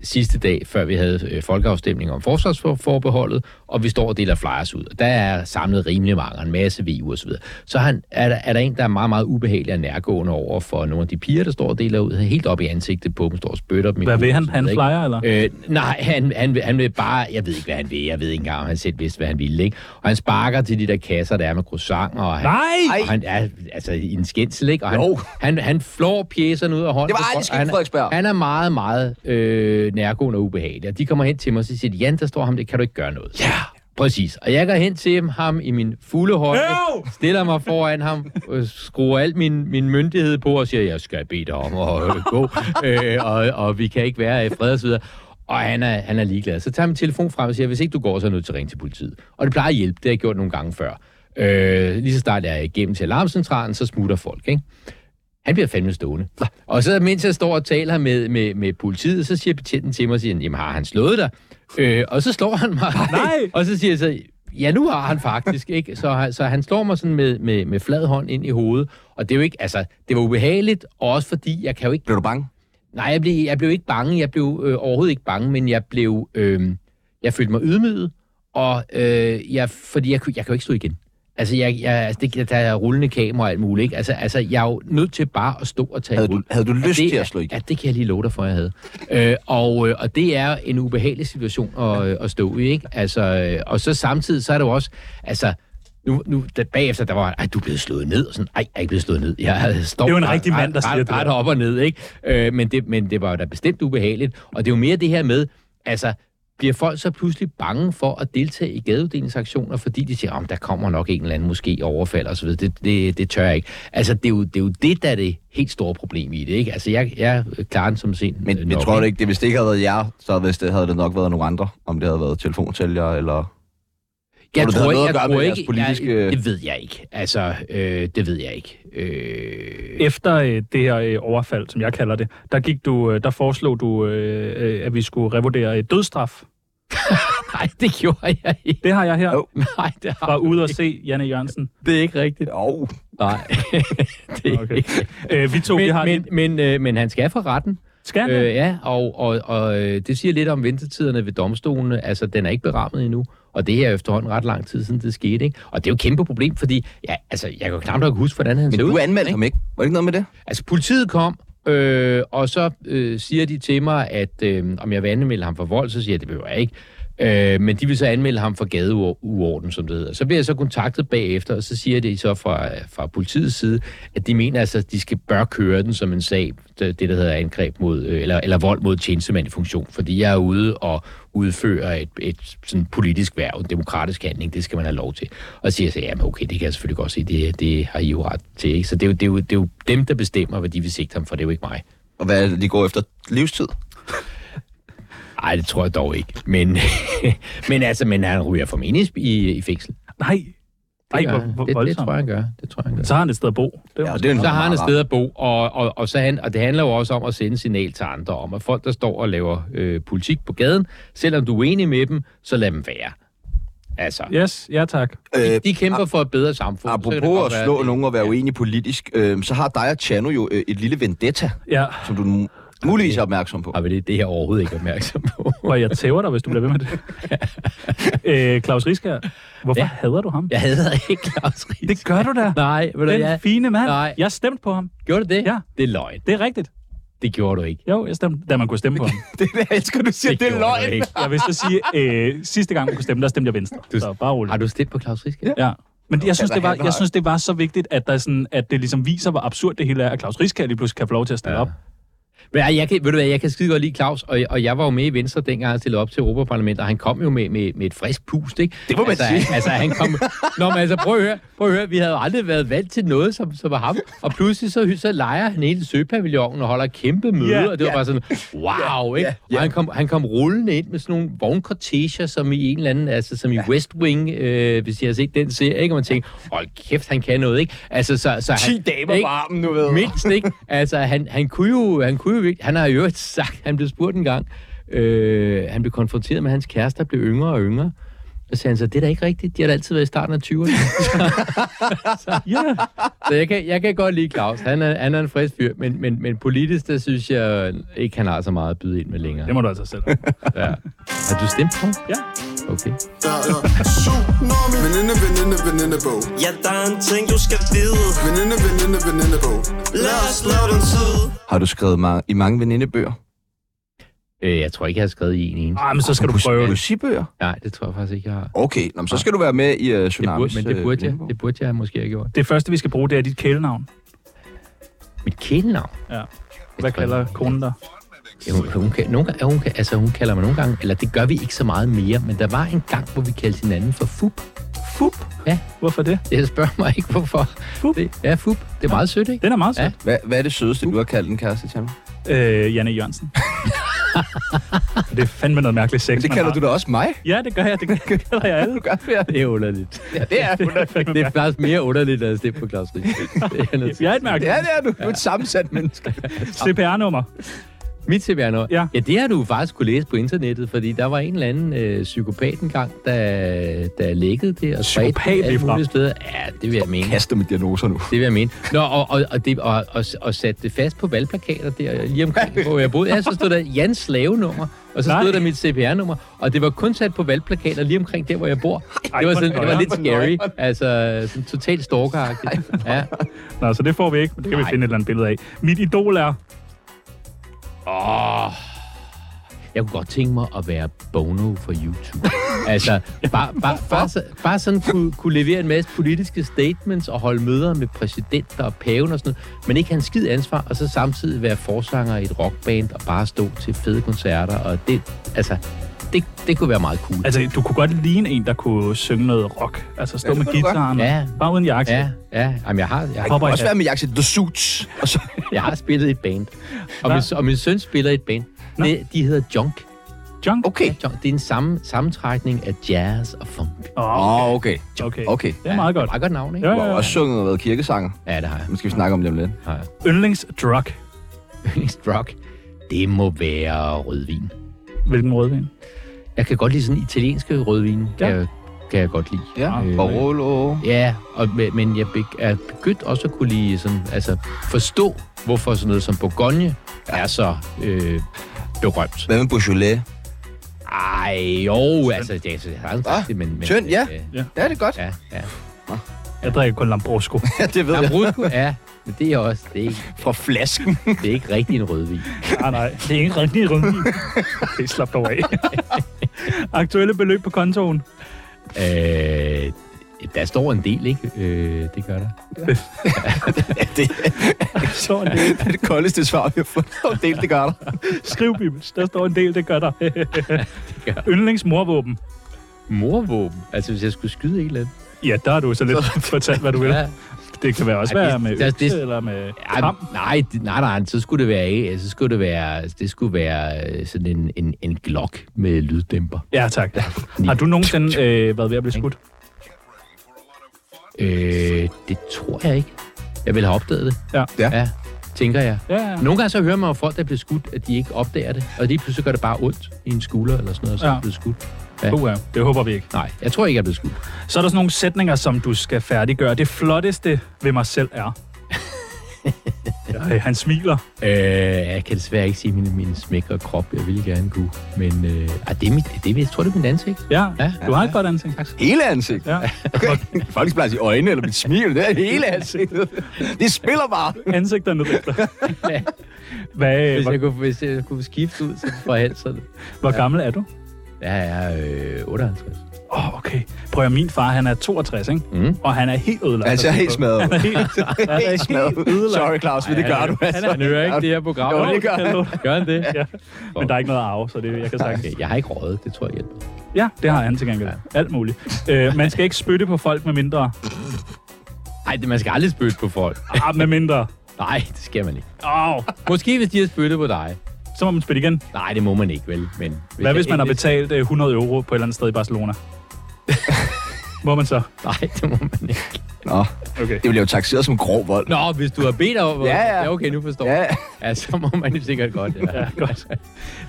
sidste dag, før vi havde øh, folkeafstemning om forsvarsforbeholdet, og vi står og deler flyers ud. Og Der er samlet rimelig mange, og en masse VU og så videre. Så han, er, der, er der en, der er meget, meget ubehagelig og nærgående over for nogle af de piger, der står og deler ud, helt op i ansigtet på dem, står og spytter dem. i
Hvad vil
hovedet
han?
og så
Han
videre, ikke?
flyer, eller?
Øh, nej, han, han, vil- han vil bare... Jeg ved ikke, hvad han vil. Jeg ved ikke engang, om han selv vidste, hvad han ville. Ikke? Og han sparker til de der kasser, der er med croissanter. Og han,
Nej!
Og han er altså, i en skændsel, ikke? Og
Jo.
han, han, han flår pjæserne ud af hånden.
Det var aldrig
på folk, og
sket,
han,
Frederiksberg.
Han er meget, meget øh, nærgående og ubehagelig. Og de kommer hen til mig og så siger, de, Jan, der står ham, det kan du ikke gøre noget. Ja! Præcis. Og jeg går hen til ham, ham i min fulde højde,
Øv!
stiller mig foran ham, øh, skruer al min, min myndighed på og siger, jeg skal bede dig om at øh, gå, øh, og, og vi kan ikke være i fred og så videre. Og han er, han er ligeglad. Så tager jeg min telefon frem og siger, hvis ikke du går, så er jeg nødt til at ringe til politiet. Og det plejer at hjælpe, det har jeg gjort nogle gange før. Øh, lige så snart jeg er igennem til alarmcentralen, så smutter folk, ikke? Han bliver fandme stående. Og så mens jeg står og taler med, med, med politiet, så siger betjenten til mig, og siger, han, jamen har han slået dig? Øh, og så slår han mig.
Nej.
[laughs] Og så siger jeg så, ja nu har han faktisk, ikke? Så, han- så han slår mig sådan med, med, med flad hånd ind i hovedet. Og det er jo ikke, altså, det var ubehageligt, og også fordi, jeg kan jo ikke
Blev du bange?
Nej, jeg blev, jeg blev ikke bange. Jeg blev øh, overhovedet ikke bange, men jeg blev... Øh, jeg følte mig ydmyget, og øh, jeg, fordi jeg, kunne- jeg kan jo ikke stå igen. Altså, jeg, jeg, altså det, der er rullende kamera og alt muligt, ikke? Altså, altså, jeg er jo nødt til bare at stå og tage
Havde
imod.
du, havde du
Og
lyst
det
til
er-
at slå igen?
Ja, det kan jeg lige love dig for, jeg havde. Øh, og, øh, og det er en ubehagelig situation at, øh, at stå i, ikke? Altså, øh, og så samtidig, så er det jo også, altså, nu, nu da, bagefter, der var, ej, du er blevet slået ned, og sådan, ej, jeg er ikke blevet slået ned. Jeg står
Det er jo en rigtig mand, der siger det
ret,
der.
ret op og ned, ikke? Øh, men, det, men det var jo da bestemt ubehageligt, og det er jo mere det her med, altså, bliver folk så pludselig bange for at deltage i gadeuddelingsauktioner, fordi de siger, om der kommer nok en eller anden måske overfald og så videre. Det, det, det tør jeg ikke. Altså, det er, jo, det er jo det, der er det helt store problem i det, ikke? Altså, jeg, jeg klarer den som øh, sen.
Men, men tror du ikke, det, hvis det ikke havde været jer, så hvis det, havde det nok været nogle andre, om det havde været telefonsælgere eller...
Jeg
Tror du, det
tror,
har
ikke,
noget
jeg
at gøre
tror
med jeres
ikke,
politiske-
jeg, det ved jeg ikke. Altså, øh, det ved jeg ikke. Øh,
Efter øh, det her øh, overfald, som jeg kalder det, der, gik du, øh, der foreslog du, øh, øh, at vi skulle revurdere øh, dødstraf.
nej, det gjorde jeg ikke.
Det har jeg her.
Jo.
Nej, det har
Var ude og se Janne
[laughs]
Jørgensen.
det er ikke rigtigt.
Jo,
Nej, det er
Okay.
okay. ikke.
Øh, vi to, vi har
Men,
men,
men, men, øh, men han skal for retten.
Skal han
øh, Ja, og, og, og øh, det siger lidt om ventetiderne ved domstolene. Altså, den er ikke berammet endnu. Og det er efterhånden ret lang tid siden, det skete. Ikke? Og det er jo et kæmpe problem, fordi ja, altså, jeg kan jo knap nok huske, hvordan han
men
så ud.
du anmeldte ham ikke. Var det ikke noget med det?
Altså, politiet kom, øh, og så øh, siger de til mig, at øh, om jeg vil anmelde ham for vold, så siger jeg, det behøver jeg ikke. Øh, men de vil så anmelde ham for gadeuorden, som det hedder. Så bliver jeg så kontaktet bagefter, og så siger de så fra, fra politiets side, at de mener altså, at de skal bør køre den som en sag, det det, der hedder angreb mod, øh, eller, eller vold mod tjenestemand i funktion, fordi jeg er ude og udfører et, et sådan politisk værv, en demokratisk handling, det skal man have lov til. Og så siger jeg så, jamen okay, det kan jeg selvfølgelig godt se, det, det har I jo ret til. Ikke? Så det er, jo, det, er jo, det er jo dem, der bestemmer, hvad de vil sigte ham for, det er jo ikke mig.
Og hvad er det, de går efter? Livstid?
Nej, det tror jeg dog ikke. Men, [laughs] men altså, men han ryger formentlig i, i fængsel. Det
Nej. Nej,
gør
hvor,
han.
hvor
det, det,
voldsomt.
tror jeg, han gør. Det tror jeg, han gør.
Så har han et sted at bo. Det var
Ja, det er nok
Så har han et
meget
sted at bo, og, og, og, så han, og det handler jo også om at sende signal til andre om, at folk, der står og laver øh, politik på gaden, selvom du er uenig med dem, så lad dem være. Altså, ja.
Yes, ja tak.
rart.
de,
Øh,
de kæmper for et bedre samfund. så kan det
apropos
godt
at
være,
slå nogen og være uenige politisk, øh, så har dig og Chano jo øh, et lille vendetta,
Ja,
som du nu- muligvis er opmærksom på.
Har vi det, det er jeg overhovedet ikke opmærksom på.
og jeg tæver dig, hvis du bliver ved med det.
[laughs]
øh, Claus Rieskær, hvorfor ja.
Ja.
hader du ham? Ja.
Jeg hader ikke Claus Ries.
Det gør du da.
Nej, ved du
Den
ja.
fine mand.
Nej.
Jeg stemte på ham.
Gjorde du det?
Ja.
Det er løgn.
Det er rigtigt.
Det gjorde du ikke.
Jo, jeg stemte, da man kunne stemme på ham.
[laughs] Det er det, jeg elsker, du siger,
gjorde du ikke.
Jeg vil så sige, øh, sidste gang man kunne stemme, der stemte jeg venstre.
Du-
Så bare roligt.
Har du stemt på Claus Ries? Ja.
Ja. Men jeg synes,
Altså,
det var,
han har-
jeg synes, det var så vigtigt, at, der er sådan, at det ligesom viser, hvor absurd det hele er, at Claus Rieskær lige pludselig kan få lov til at stille ja.
Ja.
op.
Men jeg kan, ved du hvad, jeg kan skide godt lide Claus, og, og jeg var jo med i Venstre, dengang han stillede op til Europaparlamentet, og han kom jo med, med, med et frisk pust, ikke?
Det må man
altså,
sige.
Altså, han kom... Nå, men altså, prøv at høre, prøv at høre, vi havde jo aldrig været vant til noget, som, som var ham, og pludselig så, så leger han hele søpavillonen og holder kæmpe møder,
Ja,
og det var bare sådan, wow, ikke?
ja.
Og han kom, han kom rullende ind med sådan nogle vognkorteger, som i en eller anden, altså som i West Wing, øh, hvis I har set den serie, ikke? Og man tænker, hold kæft, han kan noget, ikke? Altså, så, så
Ti
han,
damer på
ikke?
armen, nu ved jeg.
Mindst, ikke? Altså, han, han kunne jo, han kunne jo ikke, han har jo øvrigt sagt, han blev spurgt en gang, øh, han blev konfronteret med hans kæreste, der blev yngre og yngre, og så sagde han så, det er da ikke rigtigt, de har da altid været i starten af
[laughs]
20'erne.
Ja.
så jeg kan, jeg kan godt lide Claus, han er, han er en frisk fyr, men, men, men politisk, der synes jeg ikke, han har så meget at byde ind med længere.
Det må du altså [laughs] selv.
Ja. Har du stemt på ham?
Ja.
Okay.
Der er tsunami Veninde, veninde, venindebog
Ja, der er en ting, du skal vide.
Veninde, veninde, venindebog
Lad os lave den tid.
Har du skrevet ma- i mange venindebøger?
Øh, jeg tror ikke, jeg har skrevet i en ene.
Ej, Ah, men så skal du
Poesi-
prøve det.
Poesibøger?
Nej, det tror jeg faktisk ikke, jeg har.
Okay, nå, men så skal du være med i uh,
Det
Tsunamis
burde, men det
øh,
burde, jeg,
venindebog.
det burde jeg måske have gjort.
Det første, vi skal bruge, det er dit kælenavn.
Mit kælenavn?
Ja. Hvad kalder konen dig?
Ja, hun, hun, kan, nogle gange, hun, kan, altså, hun kalder mig nogle gange, eller det gør vi ikke så meget mere, men der var en gang, hvor vi kaldte hinanden for fup.
Fup.
Ja.
Hvorfor det?
Jeg spørger mig ikke, hvorfor.
Fup.
Det, ja, fup. Det er meget sødt, ikke?
Den er meget sød.
Hvad, hvad er det sødeste, du har kaldt en kæreste til mig?
Ja. Øh, Janne
[laughs]
Jørgensen. det er fandme noget mærkeligt sex,
Men det
man
kalder
har.
du da også mig.
Ja, det gør
[laughs]
jeg. Det kalder jeg alle.
Du gør det,
Det er underligt.
ja, det er du. da.
Det er faktisk mere underligt, end at stemme på Claus Ries. Det er noget-
Jeg er et mærke.
Ja, det er du. Du er et sammensat menneske.
CPR-nummer.
Mit cpr
Ja.
ja. ja, det har du faktisk kunne læse på internettet, fordi der var en eller anden øh, psykopat engang, der, der lækkede det og spredte
Psykopat
det alle
ligefrem?
mulige steder. Ja, det vil jeg mene.
Kaster med diagnoser nu.
Det vil jeg mene. Nå, og, og, og, det, og, og, og satte det fast på valgplakater der, lige omkring, hvor jeg boede. Ja, så stod der Jans slavenummer, og så
Nej.
stod der mit CPR-nummer, og det var kun sat på valgplakater lige omkring der, hvor jeg bor.
Ej,
Det var, sådan,
hvor
det var lidt
nøjeren.
scary. Altså, sådan totalt stalkeragtigt. Ja.
Nå, så det får vi ikke, men det kan vi
Nej.
finde et eller andet billede af. Mit idol er...
Åh. Jeg kunne godt tænke mig at være Bono for YouTube. [laughs] Altså, bare, bare, bare, så- bare sådan kunne, kunne levere en masse politiske statements og holde møder med præsidenter og paven og sådan noget, men ikke have en skid ansvar, og så samtidig være forsanger i et rockband og bare stå til fede koncerter, og det, altså, det, det kunne være meget cool.
Altså, du kunne godt ligne en, der kunne synge noget rock. Altså, stå ja, med gitaren.
Ja.
Bare uden jakke.
Ja, ja, jamen jeg har, jeg, har,
Hopper i
Også
hat.
være med jakkesæt The Suits. Og så,
jeg har spillet i et band, og min, og min søn spiller i et band.
Nå.
Det, de hedder Junk.
Junk?
okay.
Ja, Junk. Det er en sammen, sammentrækning af jazz og funk.
Åh,
Åh, oh, okay.
okay.
Okay.
Det er meget godt.
Meget godt navn, ikke?
Ja,
Du har
ja,
jo
ja.
også sunget og været kirkesanger.
Ja, det har jeg.
Nu skal vi snakke om det om lidt.
Har jeg.
Yndlingsdrug.
Yndlingsdrug, det må være rødvin.
Hvilken rødvin?
Jeg kan godt lide sådan italienske rødvin, kan,
Ja.
jeg, kan jeg godt lide.
Ja.
Øh,
Barolo.
Ja, og, men- men jeg beg- er begyndt også at kunne lide sådan, altså forstå, hvorfor sådan noget som Bourgogne er så øh, berømt.
Hvad med Beaujolais?
Ej, jo, altså, det, altså, jeg har aldrig sagt det, men... men
Tynd, ja.
øh,
Ja, det er godt.
Ja, ja.
Jeg drikker kun Lambrusco.
[laughs] Ja, det ved jeg.
Lambrusco, [laughs] ja, men det er også, det er ikke,
Fra flasken.
det er ikke rigtig en rødvin.
Ah, nej, nej. Det er ikke rigtig rødvin. Okay, slap dog af.
[laughs]
Aktuelle beløb på kontoen.
Øh, der står en del, ikke? Øh, det gør der.
det,
Står en del.
det er det koldeste svar, vi har fået. om Del, det gør der.
Skriv, Bibels. Der står en del, det gør
[laughs]
der. Yndlingsmorvåben.
Morvåben? Altså, hvis jeg skulle skyde en eller anden?
Ja, der har du så lidt fortalt, hvad du vil. Det kan være også
Ej, det-
være med
der-
økse
det-
eller med
Ej,
kamp.
nej, det- nej, nej, så skulle det være, ikke? så skulle det være, det skulle være øh, sådan en, en, en glok med lyddæmper.
Ja, tak. Har du nogensinde øh, været ved at blive skudt?
Øh, det tror jeg ikke. Jeg ville have opdaget det.
Ja.
Ja.
ja tænker jeg.
Ja, ja.
Nogle gange så hører man jo folk, der bliver skudt, at de ikke opdager det, og lige pludselig gør det bare ondt i en skulder eller sådan noget, og så er
Ja.
ja. blevet skudt.
Uh, ja. Det håber vi ikke.
Nej, jeg tror ikke, jeg er blevet skudt.
Så er der sådan nogle sætninger, som du skal færdiggøre. Det flotteste ved mig selv er... Ja, han smiler.
Øh, jeg kan desværre ikke sige min, min smæk og krop, jeg ville gerne kunne, men øh, ah, det er mit, det er, jeg tror, det er min ansigt.
Ja,
Ja.
du har et godt ansigt.
Hele ansigtet.
Ja.
Okay. Folk skal bare sige øjne eller mit smil. Det er hele ansigtet. Det spiller bare.
Ansigterne rigter. Hvad, øh,
Hvis
hvor,
jeg kunne, hvis jeg kunne skifte ud så fra halsen.
hvor gammel er du?
Ja, jeg er øh, 58.
Åh, oh, okay. Prøv at høre, min far, han er 62, ikke?
Mm.
Og han er helt ødelagt.
Han ser Altså, helt smadret
Han
ud.
er helt, han er
Helt smadret ud.
ødelagt.
Sorry, Claus, men [laughs] det gør du altså.
Han hører ikke det her program.
Jo, det gør
jeg
han.
love dig.
Gør han det?
Ja. Men der er ikke noget at arve, så det jeg kan sagtens.
Okay, jeg har ikke røget, det tror jeg hjælper.
Ja, det har han til gengæld. Alt muligt. Øh, man skal ikke spytte på folk med mindre.
Nej, man skal aldrig spytte på folk.
Ah, med mindre.
Nej, det skal man ikke.
Åh, oh,
Måske hvis de har spyttet på dig.
så må man spytte igen.
Nej, det må man ikke, vel? Men hvis
Hvad hvis
jeg
man har
endelig-
betalt øh, 100 euro på et eller andet sted i [laughs] Barcelona? Må man så?
Nej, det må man ikke.
Nå,
Okay.
det bliver jo taxeret som grov vold.
Nå, hvis du har bedt om...
Ja, ja.
okay, nu forstår
Ja.
jeg. Ja, så må man jo sikkert godt. Ja.
Ja, godt.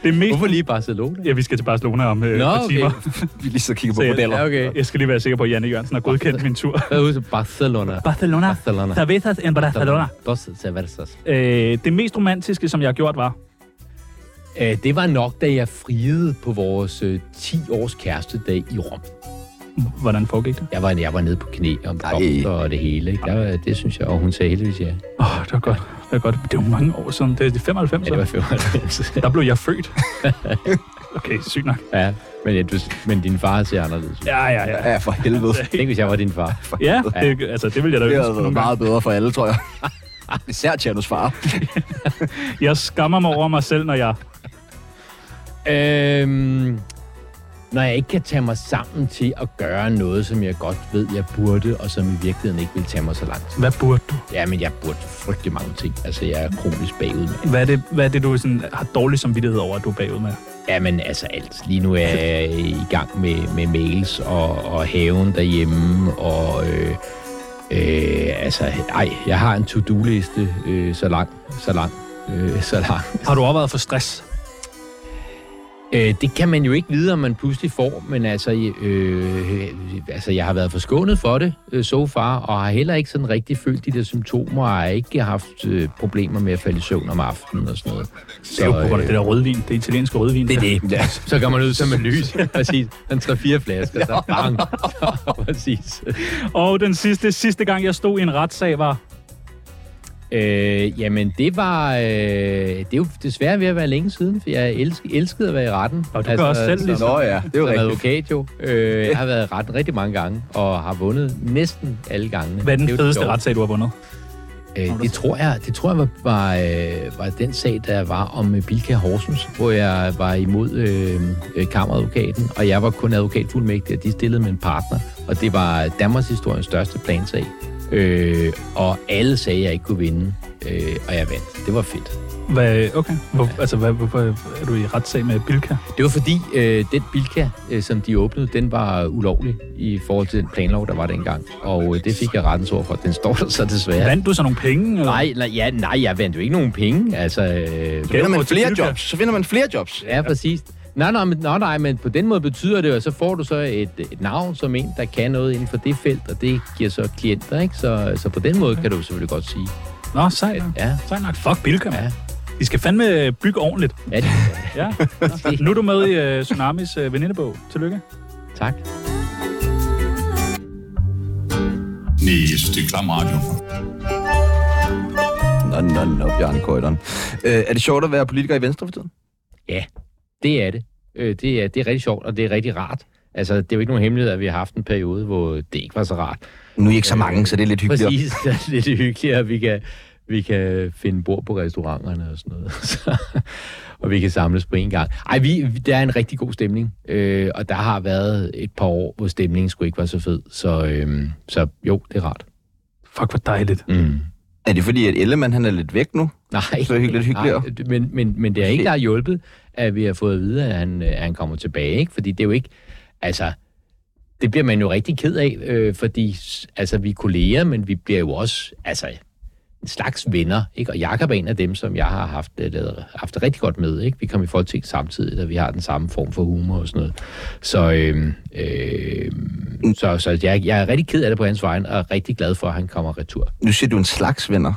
Det mest...
Hvorfor lige Barcelona?
Ja, vi skal til Barcelona om øh,
Nå,
et par timer.
okay.
Vi lige sidder og kigger på
Så jeg-
modeller.
Ja, okay.
Jeg skal lige være sikker på, at Janne Jørgensen har godkendt min tur.
Hvad husker Barcelona?
[laughs] Barcelona.
Barcelona.
Cervezas en Barcelona.
Dos cervezas.
Øh, det mest romantiske, som jeg har gjort, var...
Øh, Det var nok, da jeg friede på vores øh, 10-års kærestedag i Rom.
Hvordan foregik det?
Jeg var, jeg var nede på knæ om blomster og det hele. Ikke? Der, var- det synes jeg, og hun sagde heldigvis ja.
Åh, oh, det var godt. Det var godt. Det er jo mange år siden. Det er 95.
Ja, det var
[laughs]
95.
Der blev jeg født. okay, sygt nok.
ja, men, ja, du, men din far ser anderledes ud. Ja.
Ja, ja, ja.
Ja, for helvede.
Tænk, hvis jeg var din far.
Ja, det, altså, det ville jeg da
Det
ønske.
har været
nogle gange.
meget bedre for alle, tror
[laughs]
jeg. Især Tjernos far.
Jeg skammer mig over mig selv, når jeg...
Øhm, når jeg ikke kan tage mig sammen til at gøre noget, som jeg godt ved, jeg burde, og som i virkeligheden ikke vil tage mig så langt.
Hvad burde du?
Ja, men jeg burde frygtelig mange ting. Altså, jeg er kronisk bagud med.
Hvad er det, hvad er det du sådan, har dårlig samvittighed over, at du er bagud med?
Jamen altså alt. Lige nu er jeg i gang med, med mails og, og haven derhjemme, og øh, øh, altså, ej, jeg har en to-do-liste øh, så lang, så lang, øh, så lang.
Har du overvejet for stress?
Øh, det kan man jo ikke vide, om man pludselig får, men altså, øh, altså jeg har været forskånet for det øh, so far, og har heller ikke sådan rigtig følt de der symptomer, og har ikke haft øh, problemer med at falde i søvn om aftenen og sådan noget. Så, øh,
Det er jo på grund af det der rødvin, det italienske rødvin.
Det
der.
er det. Ja. Så går man ud som en lys. [laughs] Præcis. Han tager fire flasker, så bang. [laughs] Så, præcis.
Og den sidste, sidste gang, jeg stod i en retssag, var...
Øh, jamen, det var... Øh, det er jo desværre ved at være længe siden, for jeg elsk, elskede at være i retten.
Og du gør også selv ligesom.
Nå ja, det er jo
jeg har
rigtigt.
advokat jo. Øh, jeg har været i retten rigtig mange gange, og har vundet næsten alle gangene.
Hvad er den
Det jo
fedeste
sjove.
retssag, du har vundet?
Øh, det, tror jeg, det tror jeg var, var, øh, var den sag, der var om øh, Bilka Horsens, hvor jeg var imod øh, øh, kammeradvokaten, og jeg var kun advokatfuldmægtig, og de stillede med en partner, og det var Danmarks historiens største plansag. Øh, og alle sagde, jeg ikke kunne vinde, øh, og jeg vandt. Det var fedt.
Hvad, okay. Hvor, altså, hvad, hvorfor er du i retssag med Bilka?
Det var fordi, øh, den Bilka, øh, som de åbnede, den var ulovlig i forhold til den planlov, der var dengang. Og øh, det fik jeg rettens ord for. Den står der så desværre.
Vandt du så nogle penge? Eller?
Nej, nej, ja, nej, jeg vandt jo ikke nogen penge. Altså, øh,
Finder man
til
flere
Bilka.
jobs, så finder man flere jobs.
Ja, præcis. Nej, nej, men, nej, nej, men på den måde betyder det jo, at så får du så et, et navn som en, der kan noget inden for det felt, og det giver så klienter, ikke? Så, så på den måde kan du selvfølgelig godt sige.
Nå, sejt nok.
Ja.
Sejt nok. Fuck Bilka, mand.
Ja.
De skal fandme øh, bygge ordentligt.
Ja, det- [laughs]
Ja. Nå. nu er du med i uh, Tsunamis uh, venindebog. Tillykke.
tak.
Næste klam radio.
Nå, nå, nå, Bjørn Køjderen. Øh, er det sjovt at være politiker i Venstre for tiden?
Ja, det er det. Øh, det, er, det er rigtig sjovt, og det er rigtig rart. Altså, det er jo ikke nogen hemmelighed, at vi har haft en periode, hvor det ikke var så rart.
Nu er I ikke så mange, så det er lidt hyggeligt. at-
Præcis, [laughs] det er lidt hyggeligt, at vi kan, vi kan finde bord på restauranterne og sådan noget. [laughs] Så, og vi kan samles på en gang. Ej, vi, vi- der er en rigtig god stemning, øh, og der har været et par år, hvor stemningen skulle ikke være så fed. Så, øh, så jo, det er rart.
Fuck, hvor dejligt.
Mm.
Er det fordi, at Ellemann han er lidt væk nu?
Nej,
Så hyggeligt, hyggeligere.
Nej, men, men, men det er ikke, der har hjulpet, at vi har fået at vide, at han, øh, at han kommer tilbage. Ikke? Fordi det er jo ikke... Altså, det bliver man jo rigtig ked af, øh, fordi s- altså, vi er kolleger, men vi bliver jo også altså, en slags venner. Ikke? Og Jakob er en af dem, som jeg har haft, øh, lavet, haft det rigtig godt med. Ikke? Vi kom i Folketing samtidig, og vi har den samme form for humor og sådan noget. Så, øh, øh, så, så jeg, jeg er rigtig ked af det på hans vegne, og er rigtig glad for, at han kommer retur.
Nu siger du en slags venner.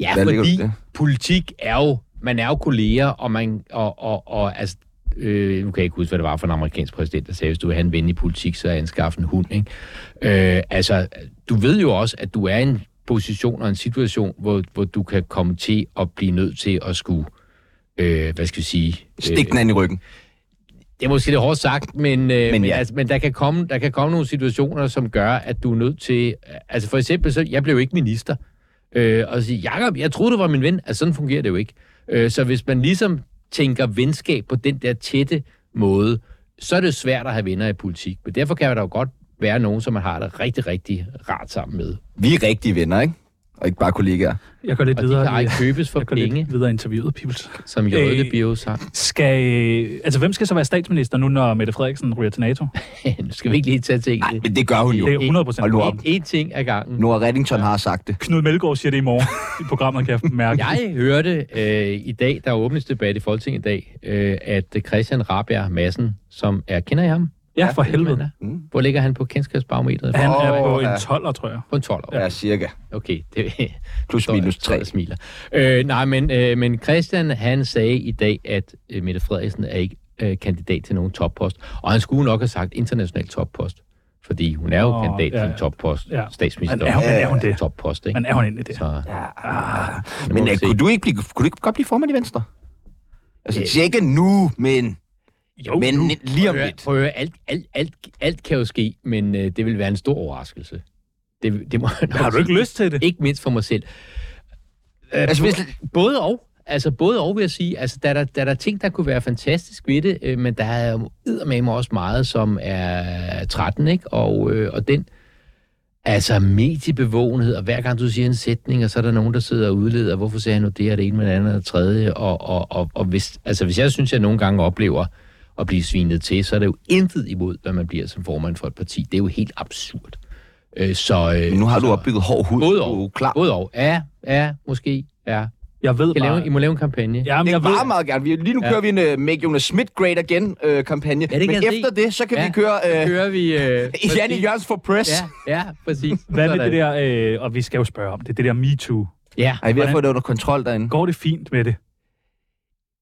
Ja,
Hvad ligger
fordi
der i det?
politik er jo, man er jo kolleger, og man, og, og, og altså, øh, nu kan jeg ikke huske, hvad det var for en amerikansk præsident, der sagde, hvis du vil have en ven i politik, så anskaffe en hund, ikke? Øh, altså, du ved jo også, at du er i en position og en situation, hvor, hvor du kan komme til at blive nødt til at skulle, øh, hvad skal vi sige?
Stik den ind i ryggen. det
Det er måske lidt hårdt sagt, men, øh, men, men,
ja.
ja. altså, men der, kan komme, der kan komme nogle situationer, som gør, at du er nødt til... Altså for eksempel, så, jeg blev jo ikke minister. Øh, og sige, Jacob, jeg troede, du var min ven. Altså sådan fungerer det jo ikke. Øh, så hvis man ligesom tænker venskab på den der tætte måde, så er det svært at have venner i politik. Men derfor kan der jo godt være nogen, som man har det rigtig, rigtig rart sammen med.
Vi er rigtige venner, ikke? Og ikke bare kollegaer.
Jeg går lidt
Og
videre.
de kan
i-
ikke købes for
[laughs] jeg går
penge,
lidt Øh. videre i interviewet, Pibels.
som Jørgen Bio sang.
Skal, øh, altså, hvem skal så være statsminister nu, når Mette Frederiksen ryger til
[laughs]
NATO?
nu skal vi ikke lige tage ting.
Nej, men det gør hun jo.
Det er 100 procent.
Hold nu op.
En ting ad gangen.
Nora Reddington har sagt det.
Knud Melgaard siger det i
[laughs]
morgen i programmet, kan jeg mærke.
Jeg hørte øh, i dag, der er åbningsdebat i Folketinget i dag, øh, at Christian Rabjerg Madsen, som er, kender I ham?
Ja, for helvede.
Mm. Hvor ligger han på kendskabsbarometeret?
Han
Han...
er på
Åh, ja.
en 12'er, tror jeg.
På en 12 år.
Ja, cirka.
Okay, det [laughs]
Plus
står jeg-
minus
står jeg
tre.
og smiler. Øh, nej, men, øh, men Christian, han sagde i dag, at øh, Mette Frederiksen er ikke øh, kandidat til nogen toppost. Og han skulle nok have sagt international toppost. Fordi hun er jo
Åh,
oh, kandidat ja,
ja,
til en
ja.
toppost.
Ja.
Ja. Statsminister.
Men er hun- men er hun det?
Toppost, ikke?
Men er hun egentlig det?
Så,
Men
må vi
øh,
se.
kunne, du ikke blive, kunne du ikke godt blive formand i Venstre? Altså, tjekke nu, men... Jo, men lige om
Øh. Prøv at høre-
lidt.
Prøv at høre, alt, alt, alt, alt kan jo ske, men øh, det vil være en stor overraskelse. Det, det må jeg nok
Har du ikke
sige.
lyst til det?
Ikke mindst for mig selv. Øh,
Altså, hvis,
Både og. Altså både og vil jeg sige, altså der er der, der, er der ting, der kunne være fantastisk ved det, øh, men der er jo eddermame også meget, som er 13, ikke? Og, øh, og den, altså mediebevågenhed, og hver gang du siger en sætning, og så er der nogen, der sidder og udleder, hvorfor siger han nu det, og det ene med det andet og det tredje, og, og, og, og hvis, altså, hvis jeg synes, jeg nogle gange oplever at blive svinet til, så er det jo intet imod, hvad man bliver som formand for et parti. Det er jo helt absurd. Øh, så øh,
nu har du opbygget hård hud.
både
Du er jo
og,
klar.
både og, ja, ja, måske, ja.
Jeg ved
I, kan lave, I
bare...
må lave en kampagne.
Jamen,
Det
jeg
var
ved,
meget gerne. Vi, lige nu
Ja.
kører vi en uh, Make Jonas Schmidt Great Again-kampagne.
Ja, det kan
men
jeg se.
efter det, så kan vi køre
så
uh,
kører vi...
[laughs]
Øh,
Janne
præcis.
Jørgens for Press.
Ja, ja, præcis.
hvad med
Sådan.
det der, øh, og vi skal jo spørge om det, det der MeToo.
Ja,
Ej, vi har
Hvordan-
fået det under kontrol derinde.
Går det fint med det?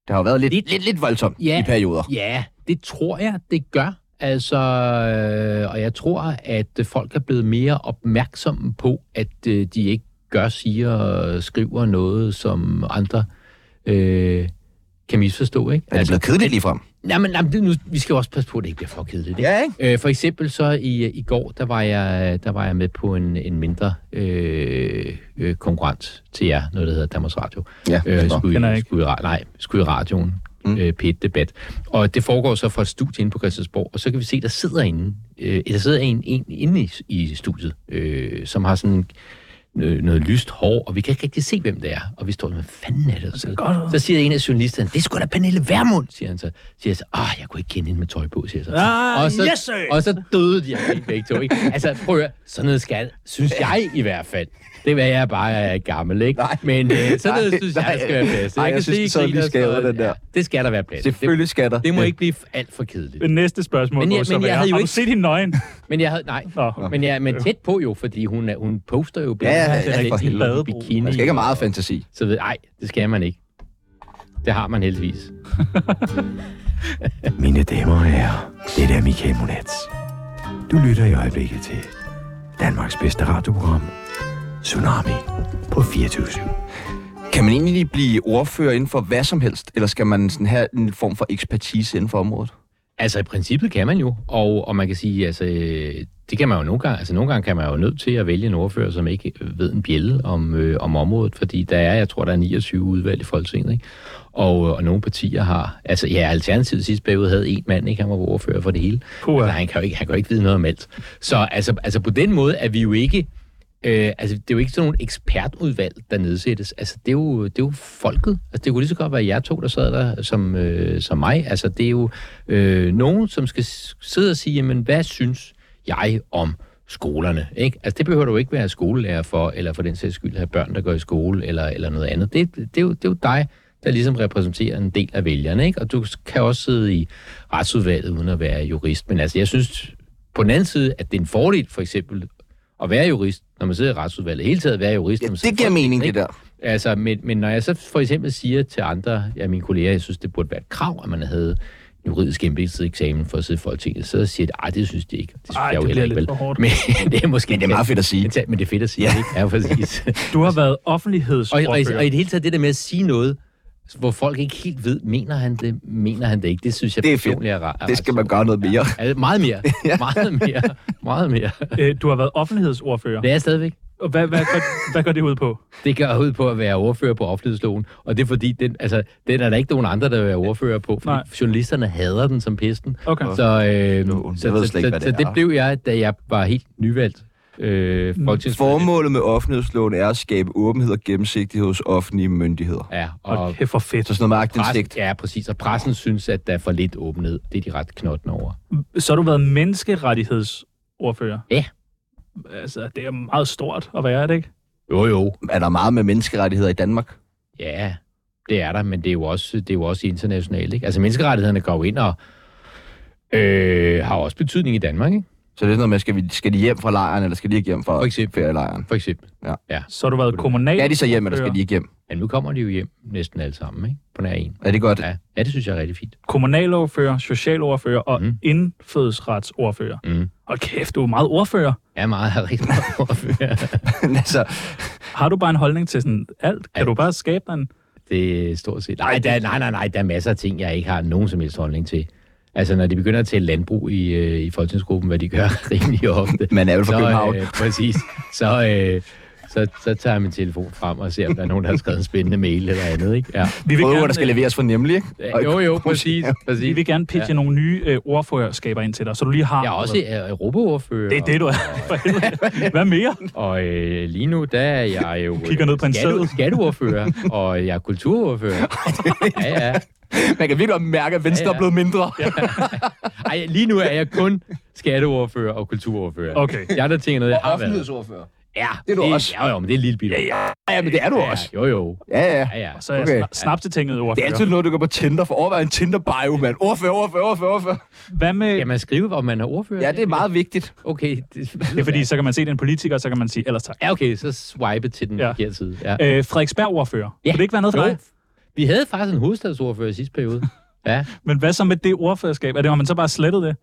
Det har jo været lidt,
Lidt-
lidt, lidt voldsomt
Ja.
i perioder.
Ja, det tror jeg, det gør. Altså, øh, og jeg tror, at folk er blevet mere opmærksomme på, at øh, de ikke gør, siger og skriver noget, som andre øh, kan misforstå, ikke? Altså,
Er det blevet kedeligt ligefrem?
Nej, men, nej, men det- nu, vi skal jo også passe på, at det ikke bliver for kedeligt. Ikke?
Ja, ikke?
Øh, for eksempel så i, øh, i går, der var, jeg, der var jeg med på en, en mindre øh, øh, konkurrent til jer, noget der hedder Danmarks Radio.
Ja,
øh,
nå.
skulle,
Kender jeg
i,
ikke.
skulle, i, ra- nej, skulle i radioen. Mm. Øh, p debat. Og det foregår så fra et studie inde på Christiansborg, og så kan vi se, der sidder, inde, øh, der sidder en, en inde i, i studiet, øh, som har sådan øh, noget lyst hår, og vi kan ikke rigtig se, hvem det er. Og vi står der, hvad fanden er det? Så,
godt ud.
så siger en af journalisterne, det er sgu da Pernille Vermund, siger han så. Siger jeg så, ah, jeg kunne ikke kende hende med tøj på, siger jeg så.
Ah,
og, så
yes, sir.
og så døde de af grin begge to, ikke? Altså, prøv at høre, sådan noget skal, synes jeg i hvert fald. Det er jeg bare er gammel, ikke?
Nej.
Men øh, sådan noget
Nej,
synes
nej.
jeg, der skal være plads. til.
Nej, jeg
kan
synes,
se, I
den sad lige
griner og
skævet,
sådan noget.
den der.
Ja, det skal der være plads. til.
Selvfølgelig skal der.
Det, det må
Ja.
ikke blive alt for kedeligt.
Det næste spørgsmål
Men
men,
jeg-
må så
men jeg
være,
havde jo
har du
ikke-
set hende nøgen?
Men jeg havde, nej,
Nå.
men jeg men tæt på jo, fordi hun, er- hun poster jo
Ja, ja,
hun sætter
ja, for
hende i
helvede.
bikini.
Man skal ikke have meget fantasi.
Så ved nej, det skal man ikke. Det har man heldigvis.
Mine damer og herrer, det er Michael Monats. Du lytter i øjeblikket til Danmarks bedste radioprogram, Tsunami på 24
Kan man egentlig blive ordfører inden for hvad som helst, eller skal man sådan have en form for ekspertise inden for området?
Altså, i princippet kan man jo, og, og man kan sige, altså, øh, det kan man jo nogle gange, altså nogle gange kan man jo nødt til at vælge en ordfører, som ikke ved en bjælle om, øh, om området, fordi der er, jeg tror, der er 29 udvalg i Folketinget, ikke? Og, øh, og nogle partier har, altså ja, Alternativet sidste periode havde en mand, ikke? Han var ordfører for det hele.
Puha.
Altså, han, kan jo ikke, han kan jo ikke vide noget om alt. Så altså, altså på den måde er vi jo ikke, øh, altså det er jo ikke sådan nogle ekspertudvalg, der nedsættes. Altså det er jo, det er jo folket. Altså det kunne lige så godt være jer to, der sad der som, øh, som mig. Altså det er jo øh, nogen, som skal s- sidde og sige, jamen hvad synes jeg om skolerne, ikke? Altså, det behøver du ikke være skolelærer for, eller for den sags skyld have børn, der går i skole, eller, eller noget andet. Det, det, er jo, det er jo dig, der ligesom repræsenterer en del af vælgerne, ikke? Og du kan også sidde i retsudvalget uden at være jurist. Men altså, jeg synes på den anden side, at det er en fordel, for eksempel, at være jurist, når man sidder i retsudvalget. Hele taget være jurist.
Ja,
når man sidder
det giver
i Folketinget,
mening, det
ikke?
der.
Altså, men, men når jeg så for eksempel siger til andre, ja, mine kolleger, jeg synes, det burde være et krav, at man havde juridisk embedseksamen for at sidde i Folketinget, så siger de, at det synes de ikke. Det synes
Ej,
jeg jo
det
heller
bliver
ikke.
lidt
vel.
for hårdt.
Men [laughs] det er måske...
Men det er meget fedt at sige.
Men det er fedt at sige, ja. ikke? Ja,
[laughs]
præcis.
Du har været
og, og, i-
offentlighedsordfører.
og, i det hele taget det der med at sige noget, hvor folk ikke helt ved, mener han det, mener han det ikke, det synes jeg
Det er fedt.
personligt er rart.
Det skal man gøre noget mere.
Altså,
[laughs]
meget mere. Meget mere. Meget mere.
Øh, Du har været offentlighedsordfører.
Det er jeg stadigvæk.
Og hvad, hvad, gør, hvad går det ud på?
Det gør ud på at være ordfører på offentlighedsloven, og det er fordi, den, altså, den er der ikke nogen andre, der vil være ordfører på, fordi
Nej.
Nej. journalisterne hader den som pesten.
Okay.
Så, øh,
Nu,
så,
jeg ved
så,
slet ikke, hvad
så,
det
så det
er.
blev jeg, da jeg var helt nyvalgt øh, folketingsmedlem.
Formålet med offentlighedsloven er at skabe åbenhed og gennemsigtighed hos offentlige myndigheder.
Ja, og
Hold kæft for fedt.
Så sådan noget med
pressen,
agtindsigt.
ja, præcis. Og pressen synes, at der er for lidt åbenhed. Det er de ret knotten over.
Så har du været menneskerettighedsordfører.
Ja.
Altså, det er meget stort at være det, ikke?
Jo, jo.
Er der meget med menneskerettigheder i Danmark?
Ja, det er der, men det er jo også, det er jo også internationalt. Ikke? Altså, menneskerettighederne går jo ind og øh, har også betydning i Danmark, ikke?
Så det er sådan noget med, skal, vi, skal de hjem fra lejren, eller skal de ikke hjem fra
For eksempel.
ferielejren?
For eksempel.
Så har du været kommunal.
Ja, de så hjem, eller skal de ikke hjem?
Men nu kommer de jo hjem næsten alle sammen, ikke? På nær en.
Er det godt? [laughs]
Ja, ja det synes jeg er rigtig fint.
kommunalordfører, socialordfører og mm.
Mm.
indfødsretsordfører.
Mm.
Og kæft, du er meget ordfører.
Jeg er meget [laughs] har rigtig meget ordfører.
altså,
Har du bare en holdning til sådan alt? Kan
Alt.
du bare skabe dig en...
Det er stort set. Nej, der, nej, nej, nej, der er masser af ting, jeg ikke har nogen som helst holdning til. Altså, når de begynder at tælle landbrug i, øh, i folketingsgruppen, hvad de gør [laughs] rimelig ofte.
man er vel fra København.
Øh, [laughs] præcis. Så, øh, så, så tager jeg min telefon frem og ser, om der er nogen, der har skrevet en spændende mail eller andet. Ikke? Ja.
Vi vil,
Prøver,
gerne,
der skal leveres for nemlig, ikke? Og-
øh, Jo, jo, præcis.
øh, vi
præcis.
vil gerne pitche ja. nogle nye øh, ordførerskaber ind til dig, så du lige har...
Jeg er også øh, europaordfører.
Det er det, du er. For helvede. Hvad mere?
Og øh, lige nu, der er jeg jo...
[laughs] Kigger ned på en
skatteord-
seddel.
Skatteordfører, og jeg er
[laughs]
kulturordfører. ja, ja.
[laughs] Man kan virkelig mærke, at Venstre
Ja, ja.
er blevet mindre.
Ej, lige nu er jeg kun skatteordfører og kulturordfører.
Okay.
Jeg der ting er noget, jeg har været.
Offentlighedsordfører.
Ja,
Det er du også.
Ja, jo, men det er en lille bit. Ja, ja.
Ja, men det er du også.
Jo, jo.
Ja, ja.
Ja, ja.
Så er Altså, jeg
Okay.
okay. snapsetinget
Det er
ordfører.
altid noget, du går på Tinder for. Overvej en Tinder-bio, mand. Ordfører, ordfører, ordfører, ordfører.
Hvad med...
Kan man skrive, om man er ordfører?
Ja, det er meget vigtigt.
Okay. Det,
Det er fordi, så kan man se den politiker, og så kan man sige ellers tak.
Ja, okay, så swipe til den
Ja.
ja. forkerte side. Ja.
Øh, Frederiksberg-ordfører. Ja. Kan det ikke være noget for
Jo.
dig?
Vi havde faktisk en hovedstadsordfører i sidste
[laughs]
periode. Ja,
Men hvad så med det ordførerskab? Er det, om man så bare slettet det?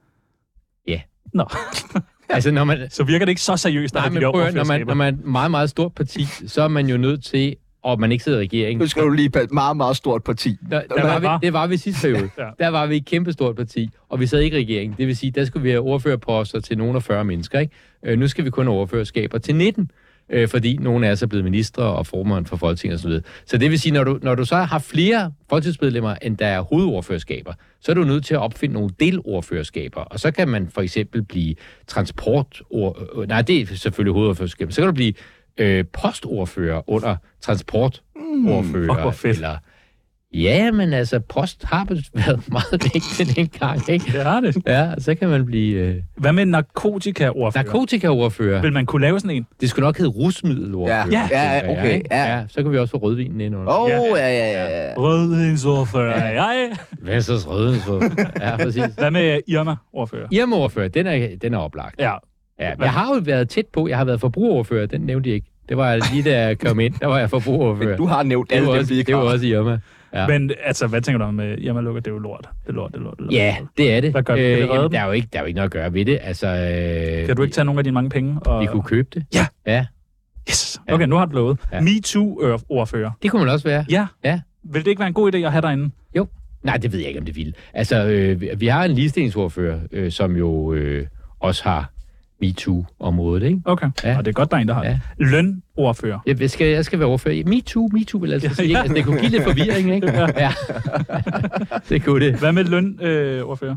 Ja.
Nå. [laughs]
altså, når man,
Så virker det ikke så seriøst, der
nej,
er de
men
der
prøv, at høre, når, man,
ordførerskaber.
når man er et meget, meget stort parti, så er man jo nødt til, og man ikke sidder i regeringen.
Nu skal du lige på et meget, meget stort parti.
Der, der
var-
var vi, det var vi sidste periode.
[laughs] Ja.
ja. Der var vi et kæmpestort parti, og vi sad ikke i regeringen. Det vil sige, der skulle vi have ordførerposter til nogen af 40 mennesker. Ikke? Øh, nu skal vi kun have ordførerskaber til 19, øh, fordi nogle af os er blevet ministre og formand for Folketinget osv. Så, videre. så det vil sige, når du, når du så har flere folketingsmedlemmer, end der er hovedordførerskaber, så er du nødt til at opfinde nogle delordførerskaber. Og så kan man for eksempel blive transport... Or, øh, nej, det er selvfølgelig hovedordførerskaber. Så kan du blive øh, postordfører under transportordfører.
Mm. fuck, hvor fedt.
Eller, Ja, men altså, post har været [laughs] meget vigtigt dengang, ikke?
Det har det.
Ja, så kan man blive øh,
Hvad med narkotikaordfører?
narkotikaordfører.
Vil man kunne lave sådan en?
Det skulle nok hedde rusmiddelordfører.
Ja. Ja,
tænker jeg,
okay,
ikke?
ja.
ja. Så kan vi også få rødvinen ind under.
Åh,
Oh.
oh, ja, ja, ja. ja.
Rødhedsordfører er jeg.
Hvad så røde? Så? Ja, præcis.
Hvad med Irma-ordfører?
Irmeordfører, den er, den er oplagt.
Ja.
Ja, jeg har jo været tæt på, jeg har været forbrugerordfører, den nævnte jeg ikke. Det var lige da jeg kom ind, der var jeg forbrugerordfører.
Du har nævnt
det
alle
var
dem,
også,
vi ikke
det var
har.
også Irma. Ja.
Men altså, hvad tænker du om øh, Irma Lukker? Det er jo lort. Det er lort, det er lort. Det er lort.
Ja, det er det. Øh,
Hvad gør vi? Kan vi redde
jamen,
dem?
der, er jo ikke, der er jo ikke noget at gøre ved det. Altså, øh,
Kan du ikke tage nogle af dine mange penge? Og...
vi kunne købe det.
Ja.
ja.
Yes. Okay, nu har du lovet.
Ja.
MeToo-ordfører.
Det kunne man også være.
Ja.
Ja.
Vil det ikke være en god idé at have dig inde?
Jo. Nej, det ved jeg ikke, om det ville. Altså, øh, vi- vi har en ligestillingsordfører, øh, som jo øh, også har MeToo-området, ikke?
Okay.
Ja.
Og det er godt, der er en, der har det.
Ja.
Lønordfører.
Jeg, jeg, skal, jeg skal være ordfører. i- MeToo, MeToo vil [laughs] altså
Ja,
ja, sige,
ja.
ja. Altså, det kunne give lidt forvirring, ikke? Ja. [laughs] det kunne det.
Hvad med øh, lønordfører?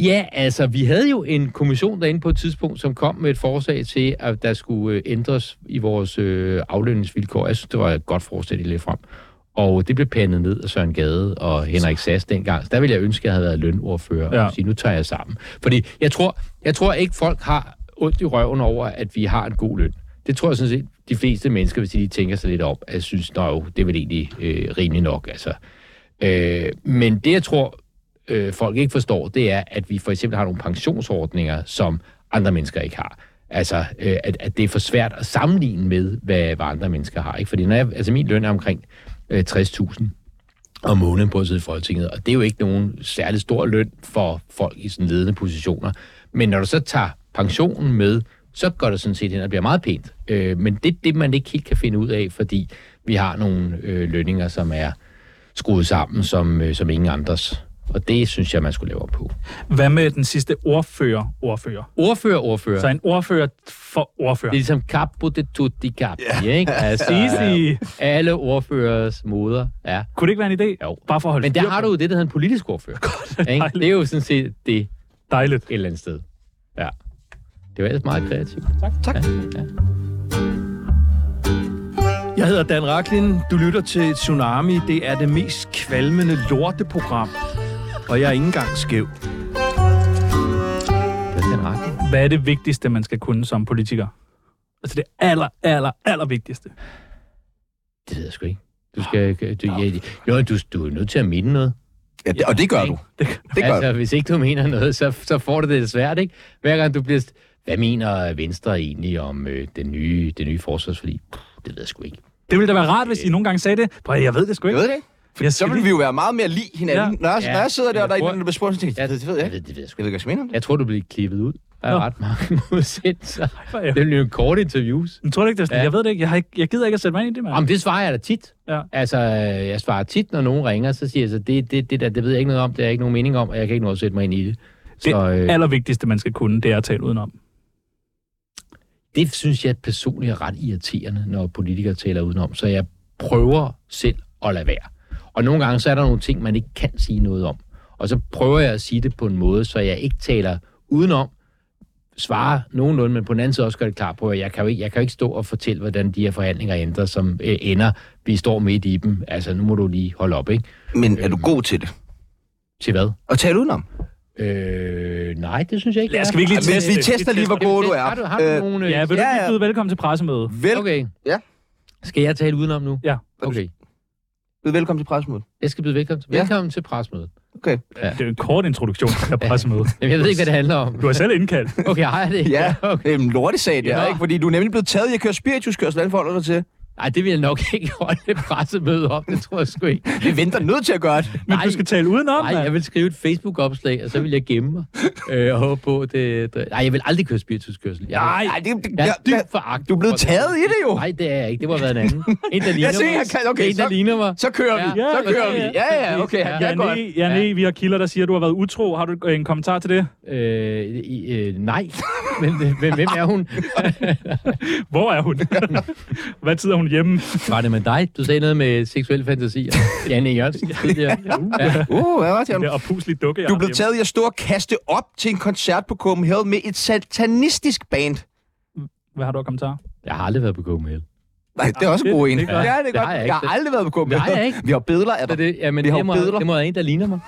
Ja, altså, vi havde jo en kommission derinde på et tidspunkt, som kom med et forslag til, at der skulle øh, ændres i vores øh, aflønningsvilkår. Jeg synes, det var et godt forslag, de lagde frem. Og det blev pandet ned af Søren Gade og Henrik Sass dengang. Så der ville jeg ønske, at jeg havde været lønordfører ja.
Ja.
og sige, nu tager jeg sammen. Fordi jeg tror, jeg tror ikke, folk har ondt i røven over, at vi har en god løn. Det tror jeg sådan set, de fleste mennesker, hvis de lige tænker sig lidt om, at synes, nå jo, det er vel egentlig øh, rimeligt nok. Altså. Øh, men det, jeg tror, øh, folk ikke forstår, det er, at vi for eksempel har nogle pensionsordninger, som andre mennesker ikke har. Altså, øh, at, at det er for svært at sammenligne med, hvad, hvad andre mennesker har. Ikke? Fordi når jeg, altså, min løn er omkring øh, 60.000 om måneden på at sidde i Folketinget, og det er jo ikke nogen særlig stor løn for folk i sådan ledende positioner. Men når du så tager pensionen med, så går det sådan set hen og bliver meget pænt. Øh, men det er det, man ikke helt kan finde ud af, fordi vi har nogle øh, lønninger, som er skruet sammen som, øh, som ingen andres. Og det synes jeg, man skulle lave op på.
Hvad med den sidste ordfører-ordfører?
Ordfører, ordfører.
Så en ordfører for ordfører.
Det er ligesom capo de tutti capi, yeah. ikke? Altså,
Easy.
alle ordførers moder, ja.
Kunne det ikke være en idé?
Jo.
Bare for at holde
Men der
styr
har
på
du jo det, der hedder en politisk ordfører. Ikke? Det er jo sådan set det et
det. Dejligt.
eller andet sted. Ja. Det var ellers meget kreativt.
Jeg hedder Dan Raklin. Du lytter til Tsunami. Det er det mest kvalmende lorteprogram. Og jeg er ikke engang skæv.
Det var den ret.
Hvad er det vigtigste, man skal kunne som politiker? Altså det aller, aller, aller vigtigste.
Det ved jeg sgu ikke. Du
Ah.
skal... Du, ja, jo, du, du er nødt til at minde noget.
ja det, og det gør du. Det gør
altså, hvis ikke du mener noget, så, så får du det lidt svært, ikke? Hver gang du bliver... st- Hvad mener Venstre egentlig om øh, den nye, den nye forsvarsforlig? Pff, Det ved jeg sgu ikke.
Det ville da være rart, hvis I nogle gange sagde det. Prøv, jeg ved det sgu
Jeg
ikke.
ved det ikke.
For jeg
Så
skal
vil vi
lige...
jo være meget mere lige hinanden.
Ja.
Når, jeg, når jeg sidder der, og der er
Jeg
en, eller
tror-
anden, der bliver spurgt, så tænker jeg, det, det ved jeg ikke.
Jeg ved, det ved jeg sgu
Jeg ved ikke, hvad jeg mener om det.
Jeg tror, du bliver klippet ud. Der er
Nå.
ret mange [laughs] udsendelser.
Hvor er
Det
jeg-
bliver jo korte interviews.
Men tror du ikke, det er sådan,
Ja.
jeg ved det ikke. Jeg, har ikke, jeg gider ikke at sætte mig ind i det, mand.
Om det svarer jeg da tit.
Ja.
Altså, øh, jeg svarer tit, når nogen ringer, så siger jeg så, det, det, det, der, det ved jeg ikke noget om, det har jeg ikke nogen mening om, og jeg kan ikke nå at sætte mig ind i det.
Det
Så øh,
allervigtigste, man skal kunne, det er at tale udenom.
det synes jeg personligt er ret irriterende, når politikere taler udenom. Så jeg prøver selv at lade være. Og nogle gange, så er der nogle ting, man ikke kan sige noget om. Og så prøver jeg at sige det på en måde, så jeg ikke taler udenom, svarer nogenlunde, men på den anden side også gør det klar på, at jeg kan jo ikke, jeg kan jo ikke stå og fortælle, hvordan de her forhandlinger ændrer, som øh, ender. Vi står midt i dem. Altså, nu må du lige holde op, ikke?
Men er du god til det?
Til hvad?
At tale udenom?
Øh, nej, det synes jeg ikke.
Lad os
jeg
skal vi ikke lige
Men
teste
Altså, vi
det?
tester lige, hvor god du er.
Har du, har du
Øh,
nogen... øh,
Ja, vil du
Ja,
ikke
ja.
byde velkommen til pressemødet?
Vel,
Okay.
Ja.
Skal jeg tale udenom nu?
Ja.
Okay.
Byd velkommen til pressemødet.
Jeg skal byde velkommen til,
Ja.
velkommen til presmødet.
Det er jo en kort introduktion til det her pressemøde.
Jamen, jeg ved ikke, hvad det handler om.
Du har selv indkaldt.
Okay, har jeg det?
Ja,
[laughs] Okay.
det er en lortesag, det
Ja.
her, ikke? Fordi du er nemlig blevet taget i at køre spirituskørsel, hvordan forholder du dig til?
Nej, det vil jeg nok ikke holde et pressemøde om, det tror jeg sgu ikke.
Vi venter nødt til at gøre det.
Men
du skal tale udenom,
Nej,
mand.
jeg vil skrive et Facebook-opslag, og så vil jeg gemme mig øh, og håbe på, det, det... Nej, jeg vil aldrig køre spirituskørsel. Jeg,
Nej, det, det,
jeg
jeg,
er dybt foragt.
du er blevet taget i det jo.
Nej, det er jeg ikke. Det må have været en anden. En, der
[laughs]
ligner
jeg ser,
mig.
jeg kan, okay,
en, der
så,
ligner mig.
så kører vi,
Ja,
så kører
ja,
vi. Ja, ja, okay, jeg kan godt.
Janne, Janne, vi har kilder, der siger, at du har været utro. Har du en kommentar til det?
Øh, i- øh, nej, [laughs] men øh, hvem hvem er hun?
Hvor er hun? Hvad tid er hun
[laughs]
hjemme?
[laughs] Var det med dig? Du sagde noget med seksuelle fantasier. Janne E. Jørgensen tidligere. Ja.
Uh, hvad var det, Jan?
Det er opuslig dukke, jeg
Du
har
blev taget i at stå og kaste op til en koncert på Copenhagen med et satanistisk band.
hjemme. Hvad har du af kommentar?
Jeg har aldrig været på Copenhagen.
Nej, det er også en
det-
god en.
det er godt.
Ja, det
Det
er
har
godt.
jeg
Jeg,
ikke.
har aldrig været på Copenhagen.
Det har jeg ikke.
Vi har billeder af
Så
dig.
det, jamen,
Vi har
det, må,
billeder.
det må være en, der ligner mig.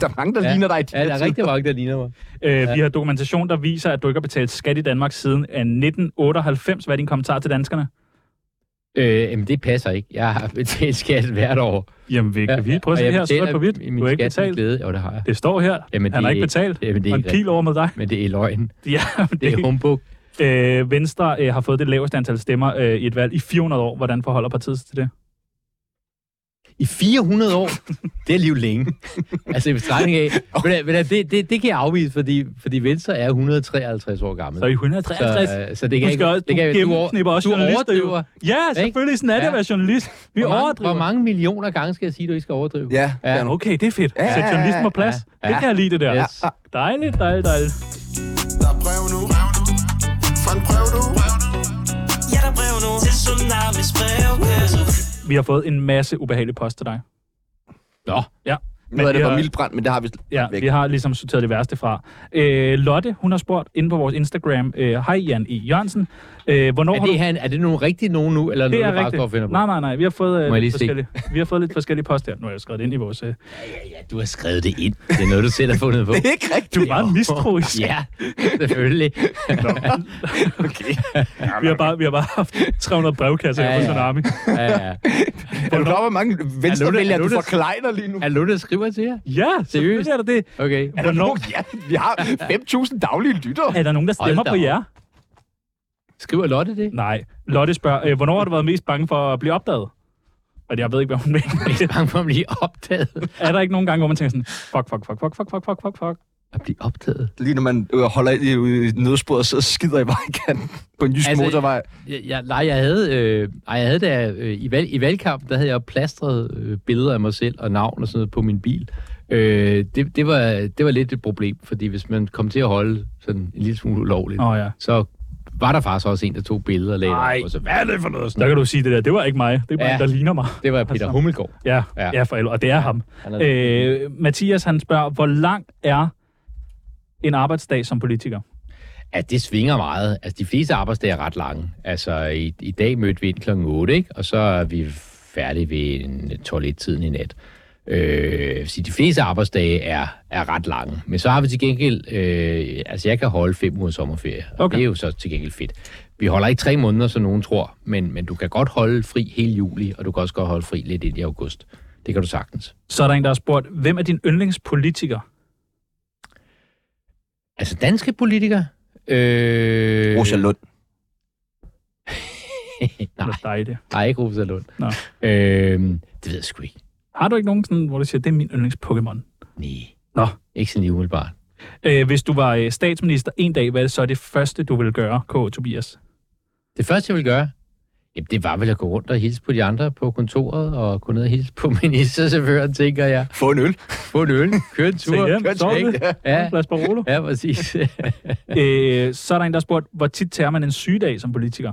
Der er mange, der ligner dig i de
Ja, der
her
er rigtig mange, der ligner mig.
Øh, Vi har dokumentation, der viser, at du ikke har betalt skat i Danmark siden af 1998. Hvad er din kommentar til danskerne?
Øh, jamen, det passer ikke. Jeg har betalt skat hvert år.
Jamen, vi, kan vi prøve at se
og jeg
her, sort
betaler
på hvidt.
min
Du har ikke
skat med
betalt.
Glæde. Jo, det har jeg.
Det står her.
Jamen,
Han
det
har ikke
er-
betalt.
jamen, det er
Og en
ikke rigtigt.
pil over mod dig. [laughs]
Men det er løgn.
Ja, men
Det er
det,
humbug.
øh, Venstre øh, har fået det laveste antal stemmer øh, i et valg i 400 år. Hvordan forholder partiet sig til det?
I 400 år? Det er liv længe. altså, i betragtning
[laughs]
af... Men, øh, men, øh, det, det, det kan jeg afvise, fordi, fordi Venstre er 153 år gammel.
Så i 153.
Så, øh, så det
Du
kan
skal også,
ikke... Det kan,
du gennemsnipper også
du
journalister jo.
overdriver.
Ja, selvfølgelig. Sådan er det at
Ja.
være journalist. Vi
Hvor mange,
overdriver.
hvor mange millioner gange skal jeg sige, du ikke skal overdrive?
Ja,
Ja,
ja.
Okay, det er fedt.
Ja,
Sæt
ja,
journalisten på
ja,
plads.
ja.
Det kan jeg lide, det der.
Yes.
Dejligt, dejligt, dejligt.
Der er brev nu Fra en brev nu
Ja, der er brev nu til Tsunamis brevkasse.
Vi har fået en masse ubehagelig post til dig.
Nå,
Ja.
Nu er
vi
det for
har-
mildbrand, men det har vi slet
Ja,
væk.
vi har ligesom sorteret det værste fra. Øh, Lotte, hun har spurgt inde på vores Instagram. øh, Hej Jan E. Jørgensen. Øh, hvornår
er
har
det,
du...
han, er det nogen rigtig nogen nu, eller
Det
noget,
er
du bare står og finder
rigtigt.
på?
Nej, nej, nej. Vi har fået, øh,
Må jeg lige
lidt,
se?
forskellige, vi har fået lidt forskellige post her. Nu har jeg skrevet det ind i vores... Øh.
Ja, du har skrevet det ind. Det er noget, du selv har fundet på.
[laughs]
[laughs]
Det er ikke rigtigt.
Du er meget mistroisk.
ja,
[laughs]
selvfølgelig.
Vi har bare, vi har bare haft 300 brevkasser
Ja,
ja, ja. på
ja.
Tsunami.
ja, ja.
Er du klar, over, hvor mange venstrevælgere, du
Lone-
forklejner lige nu?
Er Lunde, der skriver til jer?
Ja, selvfølgelig er der det.
Okay.
Er der, nogen,
Ja, vi har 5.000 daglige lyttere.
er der nogen, der stemmer
Hold da
på jer?
Skriver Lotte det?
Nej. Lotte spørger, øh, hvornår har du været mest bange for at blive opdaget? Og jeg ved ikke, hvad hun mener.
Jeg [laughs] er bange for at blive opdaget.
er der ikke nogen gange, hvor man tænker sådan, fuck, fuck, fuck, fuck, fuck, fuck, fuck, fuck, fuck.
At blive opdaget?
Lige når man øh, holder ind i ude i nødsporet og sidder og skider i vejkanten på en jysk
Altså,
motorvej.
Jeg, jeg, nej, jeg havde, øh, ej, jeg havde da, øh, i, valg, i valgkampen, der havde jeg plastret øh, billeder af mig selv og navn og sådan noget på min bil. Øh, det, det, var, det var lidt et problem, fordi hvis man kom til at holde sådan en lille smule ulovligt,
Åh, ja.
så var der faktisk også en, der tog billeder og lagde
Ej,
det op, og så, hvad er det for noget?
Der
Sådan?
kan du sige det der, det var ikke mig. Det var ja.
Ja.
en, der ligner mig.
Det var Peter Hummelgaard.
Ja, ja.
Ja.
ja for alvor. Og det er ham.
Han er-
Øh, Mathias, han spørger, hvor lang er en arbejdsdag som politiker?
at det svinger meget. Altså, de fleste arbejdsdage er ret lange. Altså, i, i dag mødte vi ind kl. 8, ikke? og så er vi færdige ved en 12-1-tiden i nat. Øh, så de fleste arbejdsdage er, er ret lange. Men så har vi til gengæld... Øh, altså, jeg kan holde fem uger sommerferie, og
Okay.
okay. det er jo så til gengæld fedt. Vi holder ikke tre måneder, som nogen tror, men, men du kan godt holde fri hele juli, og du kan også godt holde fri lidt ind i august. Det kan du sagtens.
Så er der en, der har spurgt, hvem er din yndlingspolitiker?
Altså, danske politikere... Øh,
Rosa Lund.
[laughs] Nej,
Eller dig, det.
Nej, ikke Rosa Lund.
Nå.
Øhm, det ved jeg sgu ikke.
Har du ikke nogen sådan, hvor du siger, det er min yndlings-Pokémon?
Nej.
Nå.
Ikke sådan lige umiddelbart.
Øh, hvis du var øh, statsminister en dag, hvad er det så det første, du ville gøre, K. Tobias?
Det første, jeg ville gøre, jamen, det var vel at gå rundt og hilse på de andre på kontoret, og gå ned og hilse på [laughs] ministerchaufføren, tænker jeg.
Få en øl.
Få en øl, køre
[laughs]
en tur.
Tag hjem, sov
ikke?
lidt.
Ja,
Lad os bare rulle.
ja, præcis. [laughs]
Øh, så er der en, der har spurgt, hvor tit tager man en sygedag som politiker?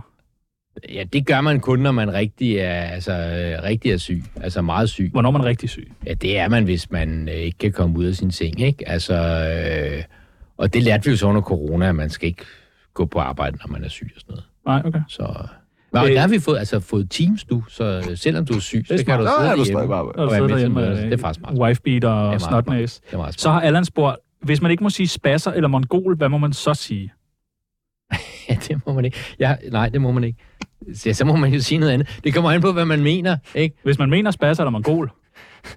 ja, det gør man kun, når man rigtig er, altså, øh, rigtig er syg. Altså meget syg.
Hvornår er man rigtig syg?
Ja, det er man, hvis man øh, ikke kan komme ud af sin seng, ikke? Altså, øh, og det lærte vi jo så under corona, at man skal ikke gå på arbejde, når man er syg og sådan noget.
Nej, okay.
Så... Nå, øh,
Øh,
der har vi fået, altså, fået Teams nu, så øh, selvom du er syg, så kan
smart.
du
Nå, ja,
sidde
du
hjemme
stadig bare.
Og
og være
sidde
med til
derhjemme
møderne.
med,
Det er faktisk smart.
Wifebeat og
meget smart.
snotnæs.
Det er meget smart. [laughs]
Så har Allan spurgt, hvis man ikke må sige spasser eller mongol, hvad må man så sige?
Ja, det må man ikke. Ja, nej, det må man ikke. Ja, så må man jo sige noget andet. Det kommer an på, hvad man mener, ikke?
Hvis man mener spasser eller mongol,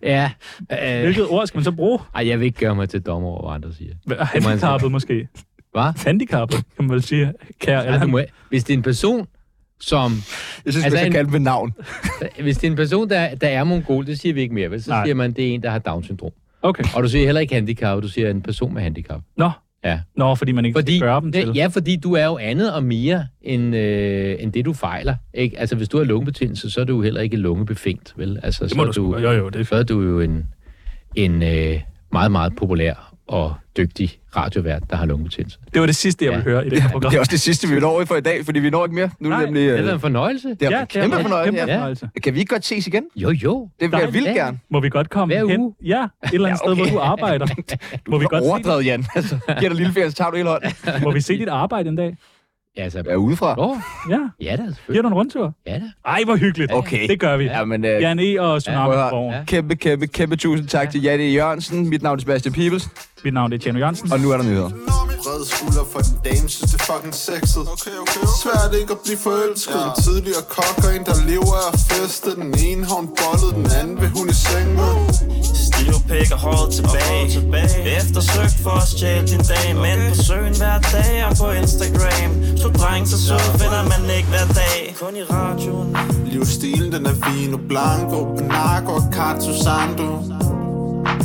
Ja. Øh,
hvilket ord skal man så bruge?
ej, jeg vil ikke gøre mig til dommer over, hvad andre siger.
Hvad- Handicappet måske.
Hvad?
Handicappet, kan man vel sige. Kære
Ja, du
Allan.
må, hvis det er en person, som...
Jeg synes,
Altså,
man skal kalde med navn.
hvis det er en person, der, der er mongol, det siger vi ikke mere, vel? Så
Nej.
Nej. siger man, det er en, der har Down-syndrom.
Okay.
Og du siger heller ikke handicap, du siger en person med handicap.
Nå.
Ja.
Nå, fordi man ikke fordi, skal gøre dem til.
Det, ja, fordi du er jo andet og mere end, øh, end det, du fejler. Ikke? Altså, hvis du har lungebetændelse, så er du jo heller ikke lungebefængt, vel? Altså,
Det
så
må
er
du sgu- jo, jo, det
så er du jo en, en øh, meget, meget populær og dygtig radiovært, der har lungebetændelse.
Det var det sidste, jeg ville høre
[laughs]
i det her program.
Det er også det sidste, vi når for i dag, fordi vi når ikke mere. Nu er
Nej,
det nemlig...
Det
øh,
er da en fornøjelse.
Det er
Ja,
ja,
det er
kæmpe
en
fornøjelse.
kæmpe
ja.
fornøjelse.
Kan vi ikke godt ses igen?
Jo, jo.
Det vil jeg
Dejligt.
vildt
Ja.
gerne.
Må vi godt komme
Hver
hen?
uge.
[laughs]
Ja, et eller andet ja, okay. sted, hvor du arbejder. Må vi godt se,
Overdrevet, Jan. Altså, giver dig lilleferie, så tager du hele hånden.
dit- må vi se dit arbejde en dag?
Ja, altså,
Jeg er udefra.
Nå,
Ja,
ja da,
giver
selvfølgelig.
du en rundtur?
Ja da.
Ej, hvor hyggeligt.
Okay.
Det gør vi.
Ja, men, øh,
Jan E. og Tsunami
prøv at
ja,
høre.
Borgen. Ja.
Kæmpe, kæmpe, kæmpe tusind tak til Janne Jørgensen. Mit navn er Sebastian Pibels,
Mit navn er Tjerno Jørgensen.
og nu er der nyheder.
Brede skulder for den dame, synes det er fucking sexet okay, okay, okay. Svært ikke at blive forelsket ja. En tidligere kok og en, der lever af feste Den ene har hun bollet, den anden vil hun i seng med
Stiv pikker håret tilbage. Eftersøgt for at stjæle din dag Men på søen hver dag og på Instagram To drenge så søde finder man ikke hver dag Kun i radioen
Livsstilen, den er vino blanco Panago og Katsu Sando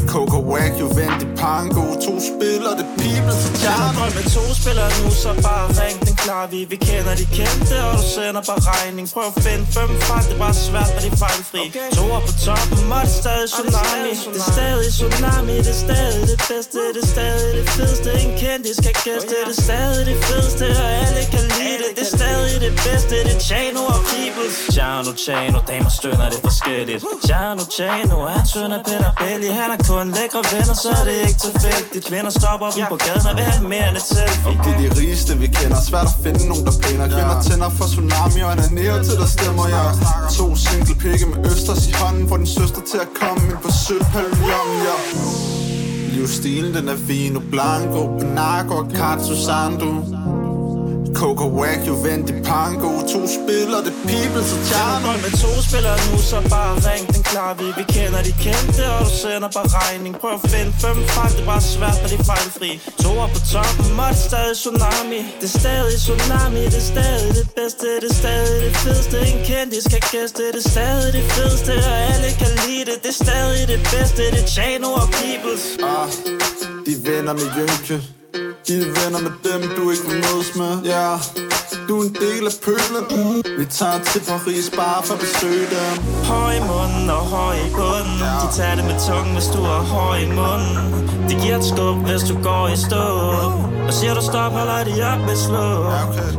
Coco Wack, Juvente Pango To spiller det people til
Jeg
Tjerno
drøm med to spillere nu, så bare ring Den klar vi, vi kender de kendte Og du sender bare regning Prøv at finde fem fejl, det er bare svært, når de er fejlfri okay. To er på toppen, og det er stadig tsunami Det er stadig tsunami, det er stadig det bedste Det er stadig det fedeste, en kendis kan gæste Det er stadig det fedeste, og alle kan lide det Det er stadig det bedste, det er Chano og Peoples Chano, Chano, damer stønner det er forskelligt Chano, Chano, han tønder Peter Belli Han har kun lækre venner, så er det ikke tilfældigt Kvinder stopper dem på gaden og vil have mere end et selfie
Det er de rigeste, vi kender Svært at finde nogen, der pæner Kvinder tænder for tsunami og ananerer til, der stemmer jeg To single pikke med østers i hånden Får din søster til at komme ind på sølvpavillon, ja Livsstilen, den er vino blanco Panago og Katsu Sando Coco Wack, Juvente Pango To spiller det people, så
Jeg
tjerner
har med to spillere nu, så bare ring den klar vi, vi kender de kendte, og du sender bare regning Prøv at finde fem fejl, det er bare svært, når de er fejlfri To er på toppen, og det er stadig tsunami Det er stadig tsunami, det er stadig det bedste Det er stadig det fedeste, en kendis kan gæste Det er stadig det fedeste, og alle kan lide det Det er stadig det bedste, det er Chano og Peoples
Ah, de er venner med Jynke. De er venner med dem, du ikke vil mødes med. Ja, du er en del af pølen. Mm. Vi tager til Paris bare for at besøge dem.
Høj i munden og høj i bunden De tager det med tungen, hvis du er høj i munden Det giver et skub, hvis du går i stå Og siger du stop, holder de op med slå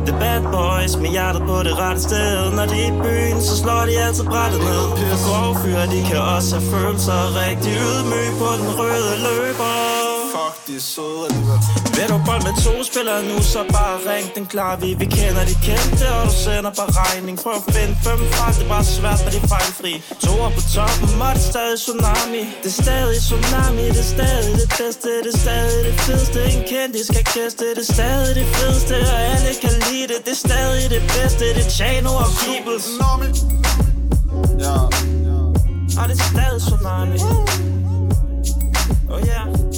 The bad boys med hjertet på det rette sted Når de er i byen, så slår de altid brættet ned For grove fyre, de kan også have følelser Rigtig ydmyg på den røde løber
Fuck, de er søde alligevel.
vil du bold med to spillere nu, så bare ring den klar vi, vi kender de kendte, og du sender bare regning Prøv at finde fem fejl, det er bare svært, når de er fejlfri To er på toppen, og det er stadig tsunami Det er stadig tsunami, det er stadig det bedste Det er stadig det fedeste, en kendis kan gæste Det er stadig det fedeste, og alle kan lide det Det er stadig det bedste, det er Chano og Peoples
Tsunami. Ja.
Og det er stadig tsunami Oh yeah